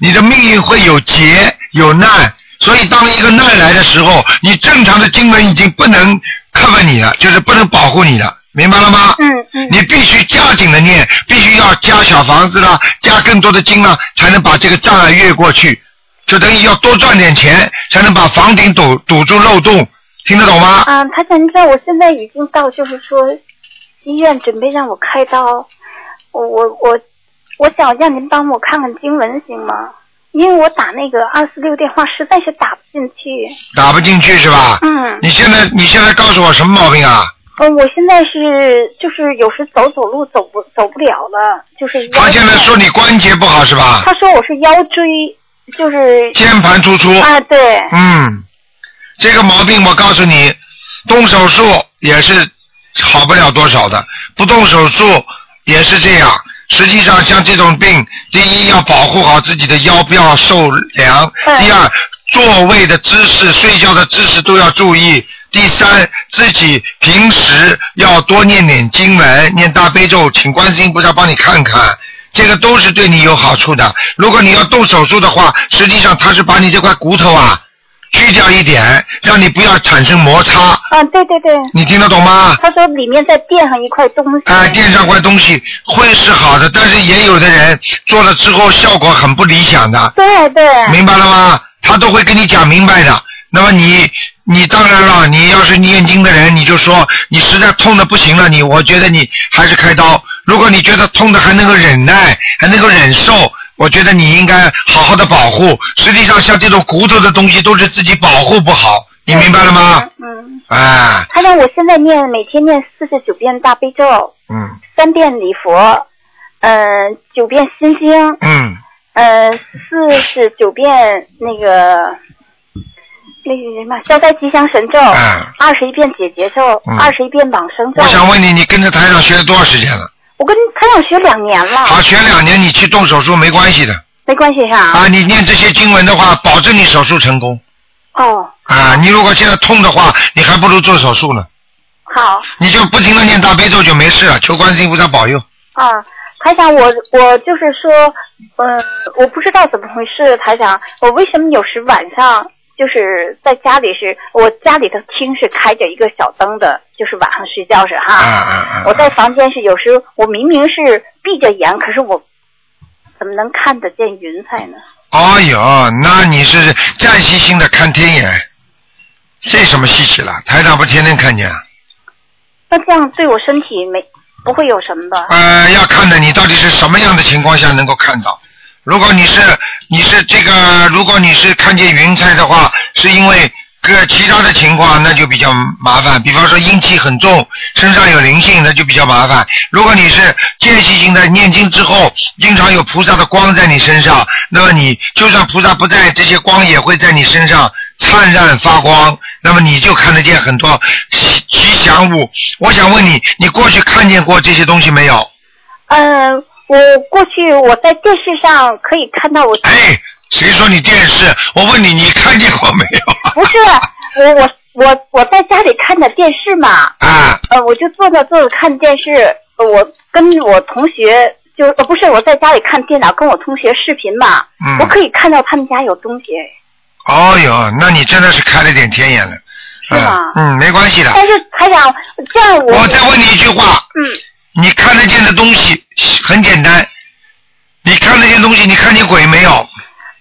Speaker 1: 你的命运会有劫有难。所以，当一个难来的时候，你正常的经文已经不能 cover 你了，就是不能保护你了，明白了吗？
Speaker 11: 嗯嗯。
Speaker 1: 你必须加紧的念，必须要加小房子啦，加更多的经啦，才能把这个障碍越过去。就等于要多赚点钱，才能把房顶堵堵住漏洞，听得懂吗？
Speaker 11: 啊，台长，你知道我现在已经到，就是说医院准备让我开刀，我我我我想让您帮我看看经文行吗？因为我打那个二四六电话实在是打不进去。
Speaker 1: 打不进去是吧？
Speaker 11: 嗯
Speaker 1: 你现在你现在告诉我什么毛病啊？
Speaker 11: 嗯，我现在是就是有时走走路走不走不了了，就是腰
Speaker 1: 他现在说你关节不好是吧？
Speaker 11: 他说我是腰椎，就是
Speaker 1: 键啊盘突出
Speaker 11: 啊，对，
Speaker 1: 嗯，这个毛病我告诉你，动手术也是好不了多少的，不动手术也是这样。实际上，像这种病，第一要保护好自己的腰，不要受凉；第二，座位的姿势、睡觉的姿势都要注意；第三，自己平时要多念念经文，念大悲咒，请观世音菩萨帮你看看。这个都是对你有好处的。如果你要动手术的话，实际上它是把你这块骨头啊去掉一点，让你不要产生摩擦。
Speaker 11: 啊，对对对。
Speaker 1: 你听得懂吗？
Speaker 11: 他说里面再垫上一块东西。
Speaker 1: 啊，垫上块东西会是好的，但是也有的人做了之后效果很不理想的。
Speaker 11: 对对。
Speaker 1: 明白了吗？他都会跟你讲明白的。那么你，你当然了，你要是念经的人，你就说你实在痛的不行了，你我觉得你还是开刀。如果你觉得痛的还能够忍耐，还能够忍受，我觉得你应该好好的保护。实际上，像这种骨头的东西都是自己保护不好，你明白了吗？
Speaker 11: 嗯。
Speaker 1: 哎，
Speaker 11: 他让我现在念每天念四十九遍大悲咒，
Speaker 1: 嗯
Speaker 11: 三遍礼佛，嗯、九遍心经，
Speaker 1: 嗯，
Speaker 11: 嗯，四十九遍那个那个什么消灾吉祥神咒，二十一遍解结咒，
Speaker 1: 嗯
Speaker 11: 二十一遍往生咒。
Speaker 1: 我想问你，你跟着台长学了多少时间了？
Speaker 11: 我跟他想学两年了，
Speaker 1: 好，学两年，你去动手术没关系的
Speaker 11: 没关系是吧？
Speaker 1: 啊。你念这些经文的话，保证你手术成功。
Speaker 11: 哦，
Speaker 1: 啊，你如果现在痛的话，你还不如做手术呢。
Speaker 11: 好
Speaker 1: 你就不停的念大悲咒就没事了，求观世音菩萨保佑。
Speaker 11: 啊。台长，我我就是说，嗯，我不知道怎么回事。台长，我为什么有时晚上就是在家里是，我家里头厅是开着一个小灯的，就是晚上睡觉时哈。我在房间是有时候我明明是闭着眼，可是我怎么能看得见云彩呢？
Speaker 1: 哎呦，那你是暂时性的看天眼，这什么稀奇了？台长不天天看见啊？
Speaker 11: 那这样对我身体没不会有什么吧？
Speaker 1: 呃，要看的你到底是什么样的情况下能够看到。如果你是你是这个，如果你是看见云彩的话，是因为个其他的情况那就比较麻烦，比方说阴气很重，身上有灵性，那就比较麻烦。如果你是间隙性的念经之后，经常有菩萨的光在你身上，那么你就算菩萨不在，这些光也会在你身上灿烂发光，那么你就看得见很多吉吉祥物。我想问你，你过去看见过这些东西没有？
Speaker 11: 嗯、我过去我在电视上可以看到我，
Speaker 1: 哎，谁说你电视？我问你，你看见过没有？
Speaker 11: 不是我我我我在家里看的电视嘛，
Speaker 1: 啊，
Speaker 11: 呃，我就坐着坐着看电视，呃我跟我同学就呃不是我在家里看电脑，跟我同学视频嘛，
Speaker 1: 嗯
Speaker 11: 我可以看到他们家有东西，
Speaker 1: 哦哟，那你真的是开了点天眼了。
Speaker 11: 是吗？
Speaker 1: 嗯，没关系的。
Speaker 11: 但是台长，这样我
Speaker 1: 我再问你一句话。
Speaker 11: 嗯。
Speaker 1: 你看得见的东西很简单，你看得见东西，你看见鬼没有？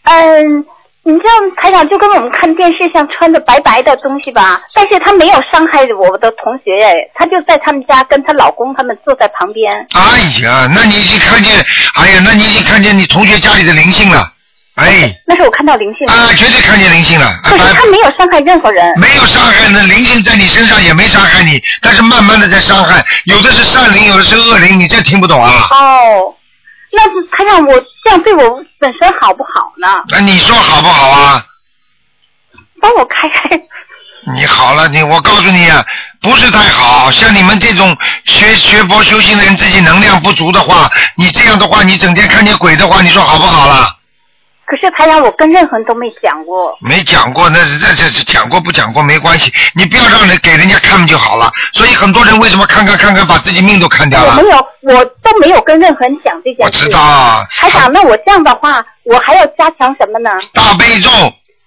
Speaker 11: 嗯，你知道台长就跟我们看电视像穿着白白的东西吧，但是他没有伤害我的同学哎，他就在他们家跟她老公他们坐在旁边。
Speaker 1: 哎呀，那你已经看见，哎呀，那你已经看见你同学家里的灵性了，哎，
Speaker 11: 那是我看到灵性。
Speaker 1: 啊，绝对看见灵性了，啊
Speaker 11: 可是他没有伤害任何人。
Speaker 1: 没有伤害那灵性在你身上也没伤害你，但是慢慢的在伤害，有的是善灵，有的是恶灵，你这听不懂啊？
Speaker 11: 哦，那是他让我这样对我本身好不好呢？
Speaker 1: 那你说好不好啊？
Speaker 11: 帮我开开。
Speaker 1: 你好了，你我告诉你啊，不是太好。像你们这种学学佛修行的人，自己能量不足的话，你这样的话，你整天看见鬼的话，你说好不好啦？
Speaker 11: 可是他让我跟任何人都没讲过。
Speaker 1: 没讲过，那那这这讲过不讲过没关系，你不要让人给人家看就好了。所以很多人为什么看看看看，把自己命都看掉
Speaker 11: 我
Speaker 1: 了
Speaker 11: 没？有，我都没有跟任何人讲这件事。
Speaker 1: 知道啊，
Speaker 11: 台长，那我这样的话，我还要加强什么呢？
Speaker 1: 大悲咒，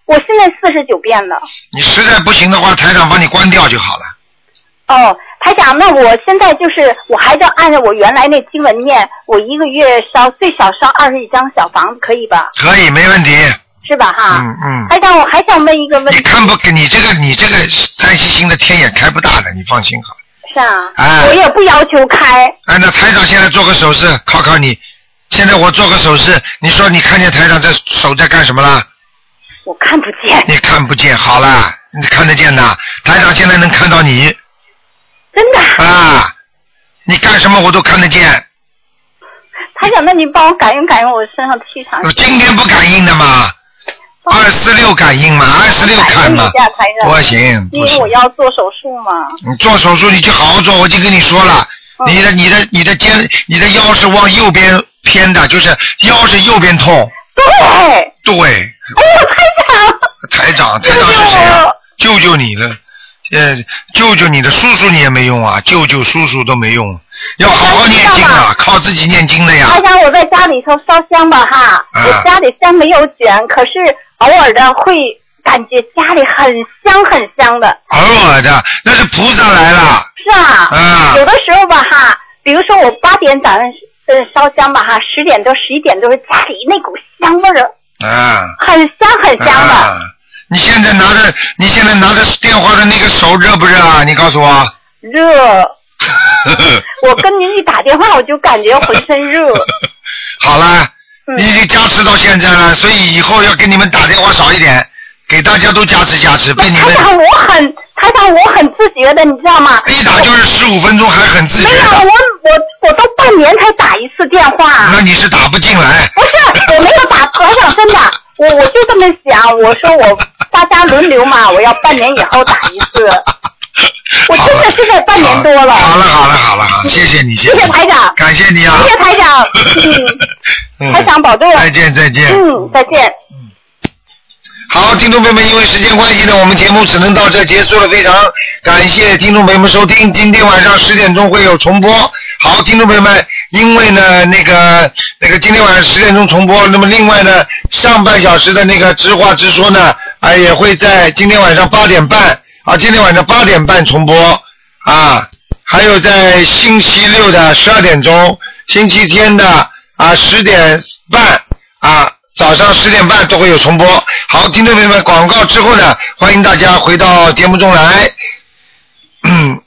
Speaker 11: 我现在四十九遍了。
Speaker 1: 你实在不行的话，台长把你关掉就好了。
Speaker 11: 哦，台长，那我现在就是我还得按照我原来那经文念，我一个月烧最少烧二十一张小房子，可以吧？
Speaker 1: 可以，没问题。
Speaker 11: 是吧？哈。
Speaker 1: 嗯嗯。
Speaker 11: 台哎长，我还想问一个问题。
Speaker 1: 看不，你这个你这个三七星的天眼开不大的，你放心好了。
Speaker 11: 是啊。
Speaker 1: 哎
Speaker 11: 我也不要求开。
Speaker 1: 哎，那台长现在做个手势，考考你。现在我做个手势，你说你看见台长这手在干什么啦？
Speaker 11: 我看不见。
Speaker 1: 你看不见，好啦，你看得见的。台长现在能看到你。
Speaker 11: 真的。
Speaker 1: 啊，你干什么我都看得见。
Speaker 11: 台长，那你帮我感应感应我身上的气场。
Speaker 1: 我今天不感应的嘛，二四六感应嘛，二四六看嘛
Speaker 11: 哦感应一下台。长
Speaker 1: 不行，
Speaker 11: 因
Speaker 1: 不
Speaker 11: 为
Speaker 1: 行
Speaker 11: 我。要做手术嘛。
Speaker 1: 你做手术你就好好做，我就跟你说了，你的你的你的肩你的腰是往右边偏的，就是腰是右边痛。
Speaker 11: 对。
Speaker 1: 对。哎台长，台长是谁啊？救救你了，呃，救救你的叔叔你也没用啊，舅舅叔叔都没用，要好好念经啊，靠自己念经的呀
Speaker 11: 台。长，我在家里头烧香吧哈，
Speaker 1: 啊
Speaker 11: 我家里香没有卷，可是偶尔的会感觉家里很香很香的。
Speaker 1: 偶尔的，那是菩萨来了。
Speaker 11: 是啊，
Speaker 1: 啊
Speaker 11: 有的时候吧哈，比如说我八点早上呃烧香吧哈，十点多十一点多家里那股香味儿
Speaker 1: 啊。
Speaker 11: 很香很香的。
Speaker 1: 啊。你现在拿着你现在拿着电话的那个手热不热啊？你告诉我。
Speaker 11: 热，我跟您一打电话我就感觉浑身热。 嗯
Speaker 1: 好了，你已经加持到现在了，所以以后要给你们打电话少一点，给大家都加持加持，被你
Speaker 11: 台
Speaker 1: 们
Speaker 11: 长，我很台长，我很自觉的，你知道吗？
Speaker 1: 一打就是十五分钟，还很自觉
Speaker 11: 没有，
Speaker 1: 的。
Speaker 11: 我我我都半年才打一次电话，
Speaker 1: 那你是打不进来，
Speaker 11: 不是我没有打，台长真的，我我就这么想，我说我大家轮流嘛，我要半年以后打一次，我真的是在半年多了。嗯
Speaker 1: 好了好了好了好，谢谢你，
Speaker 11: 谢谢台长，
Speaker 1: 感谢你啊，
Speaker 11: 谢谢台长，
Speaker 1: 嗯
Speaker 11: 嗯，台长保重，
Speaker 1: 再见再见
Speaker 11: 嗯，再见。
Speaker 1: 好，听众朋友们，因为时间关系呢，我们节目只能到这结束了。非常感谢听众朋友们收听，今天晚上十点钟会有重播。好，听众朋友们，因为呢，那个那个今天晚上十点钟重播，那么另外呢，上半小时的那个直话直说呢，啊，也会在今天晚上八点半啊，今天晚上八点半重播啊，还有在星期六的十二点钟，星期天的啊十点半啊，早上十点半都会有重播。好，听众朋友们，广告之后呢，欢迎大家回到节目中来。嗯，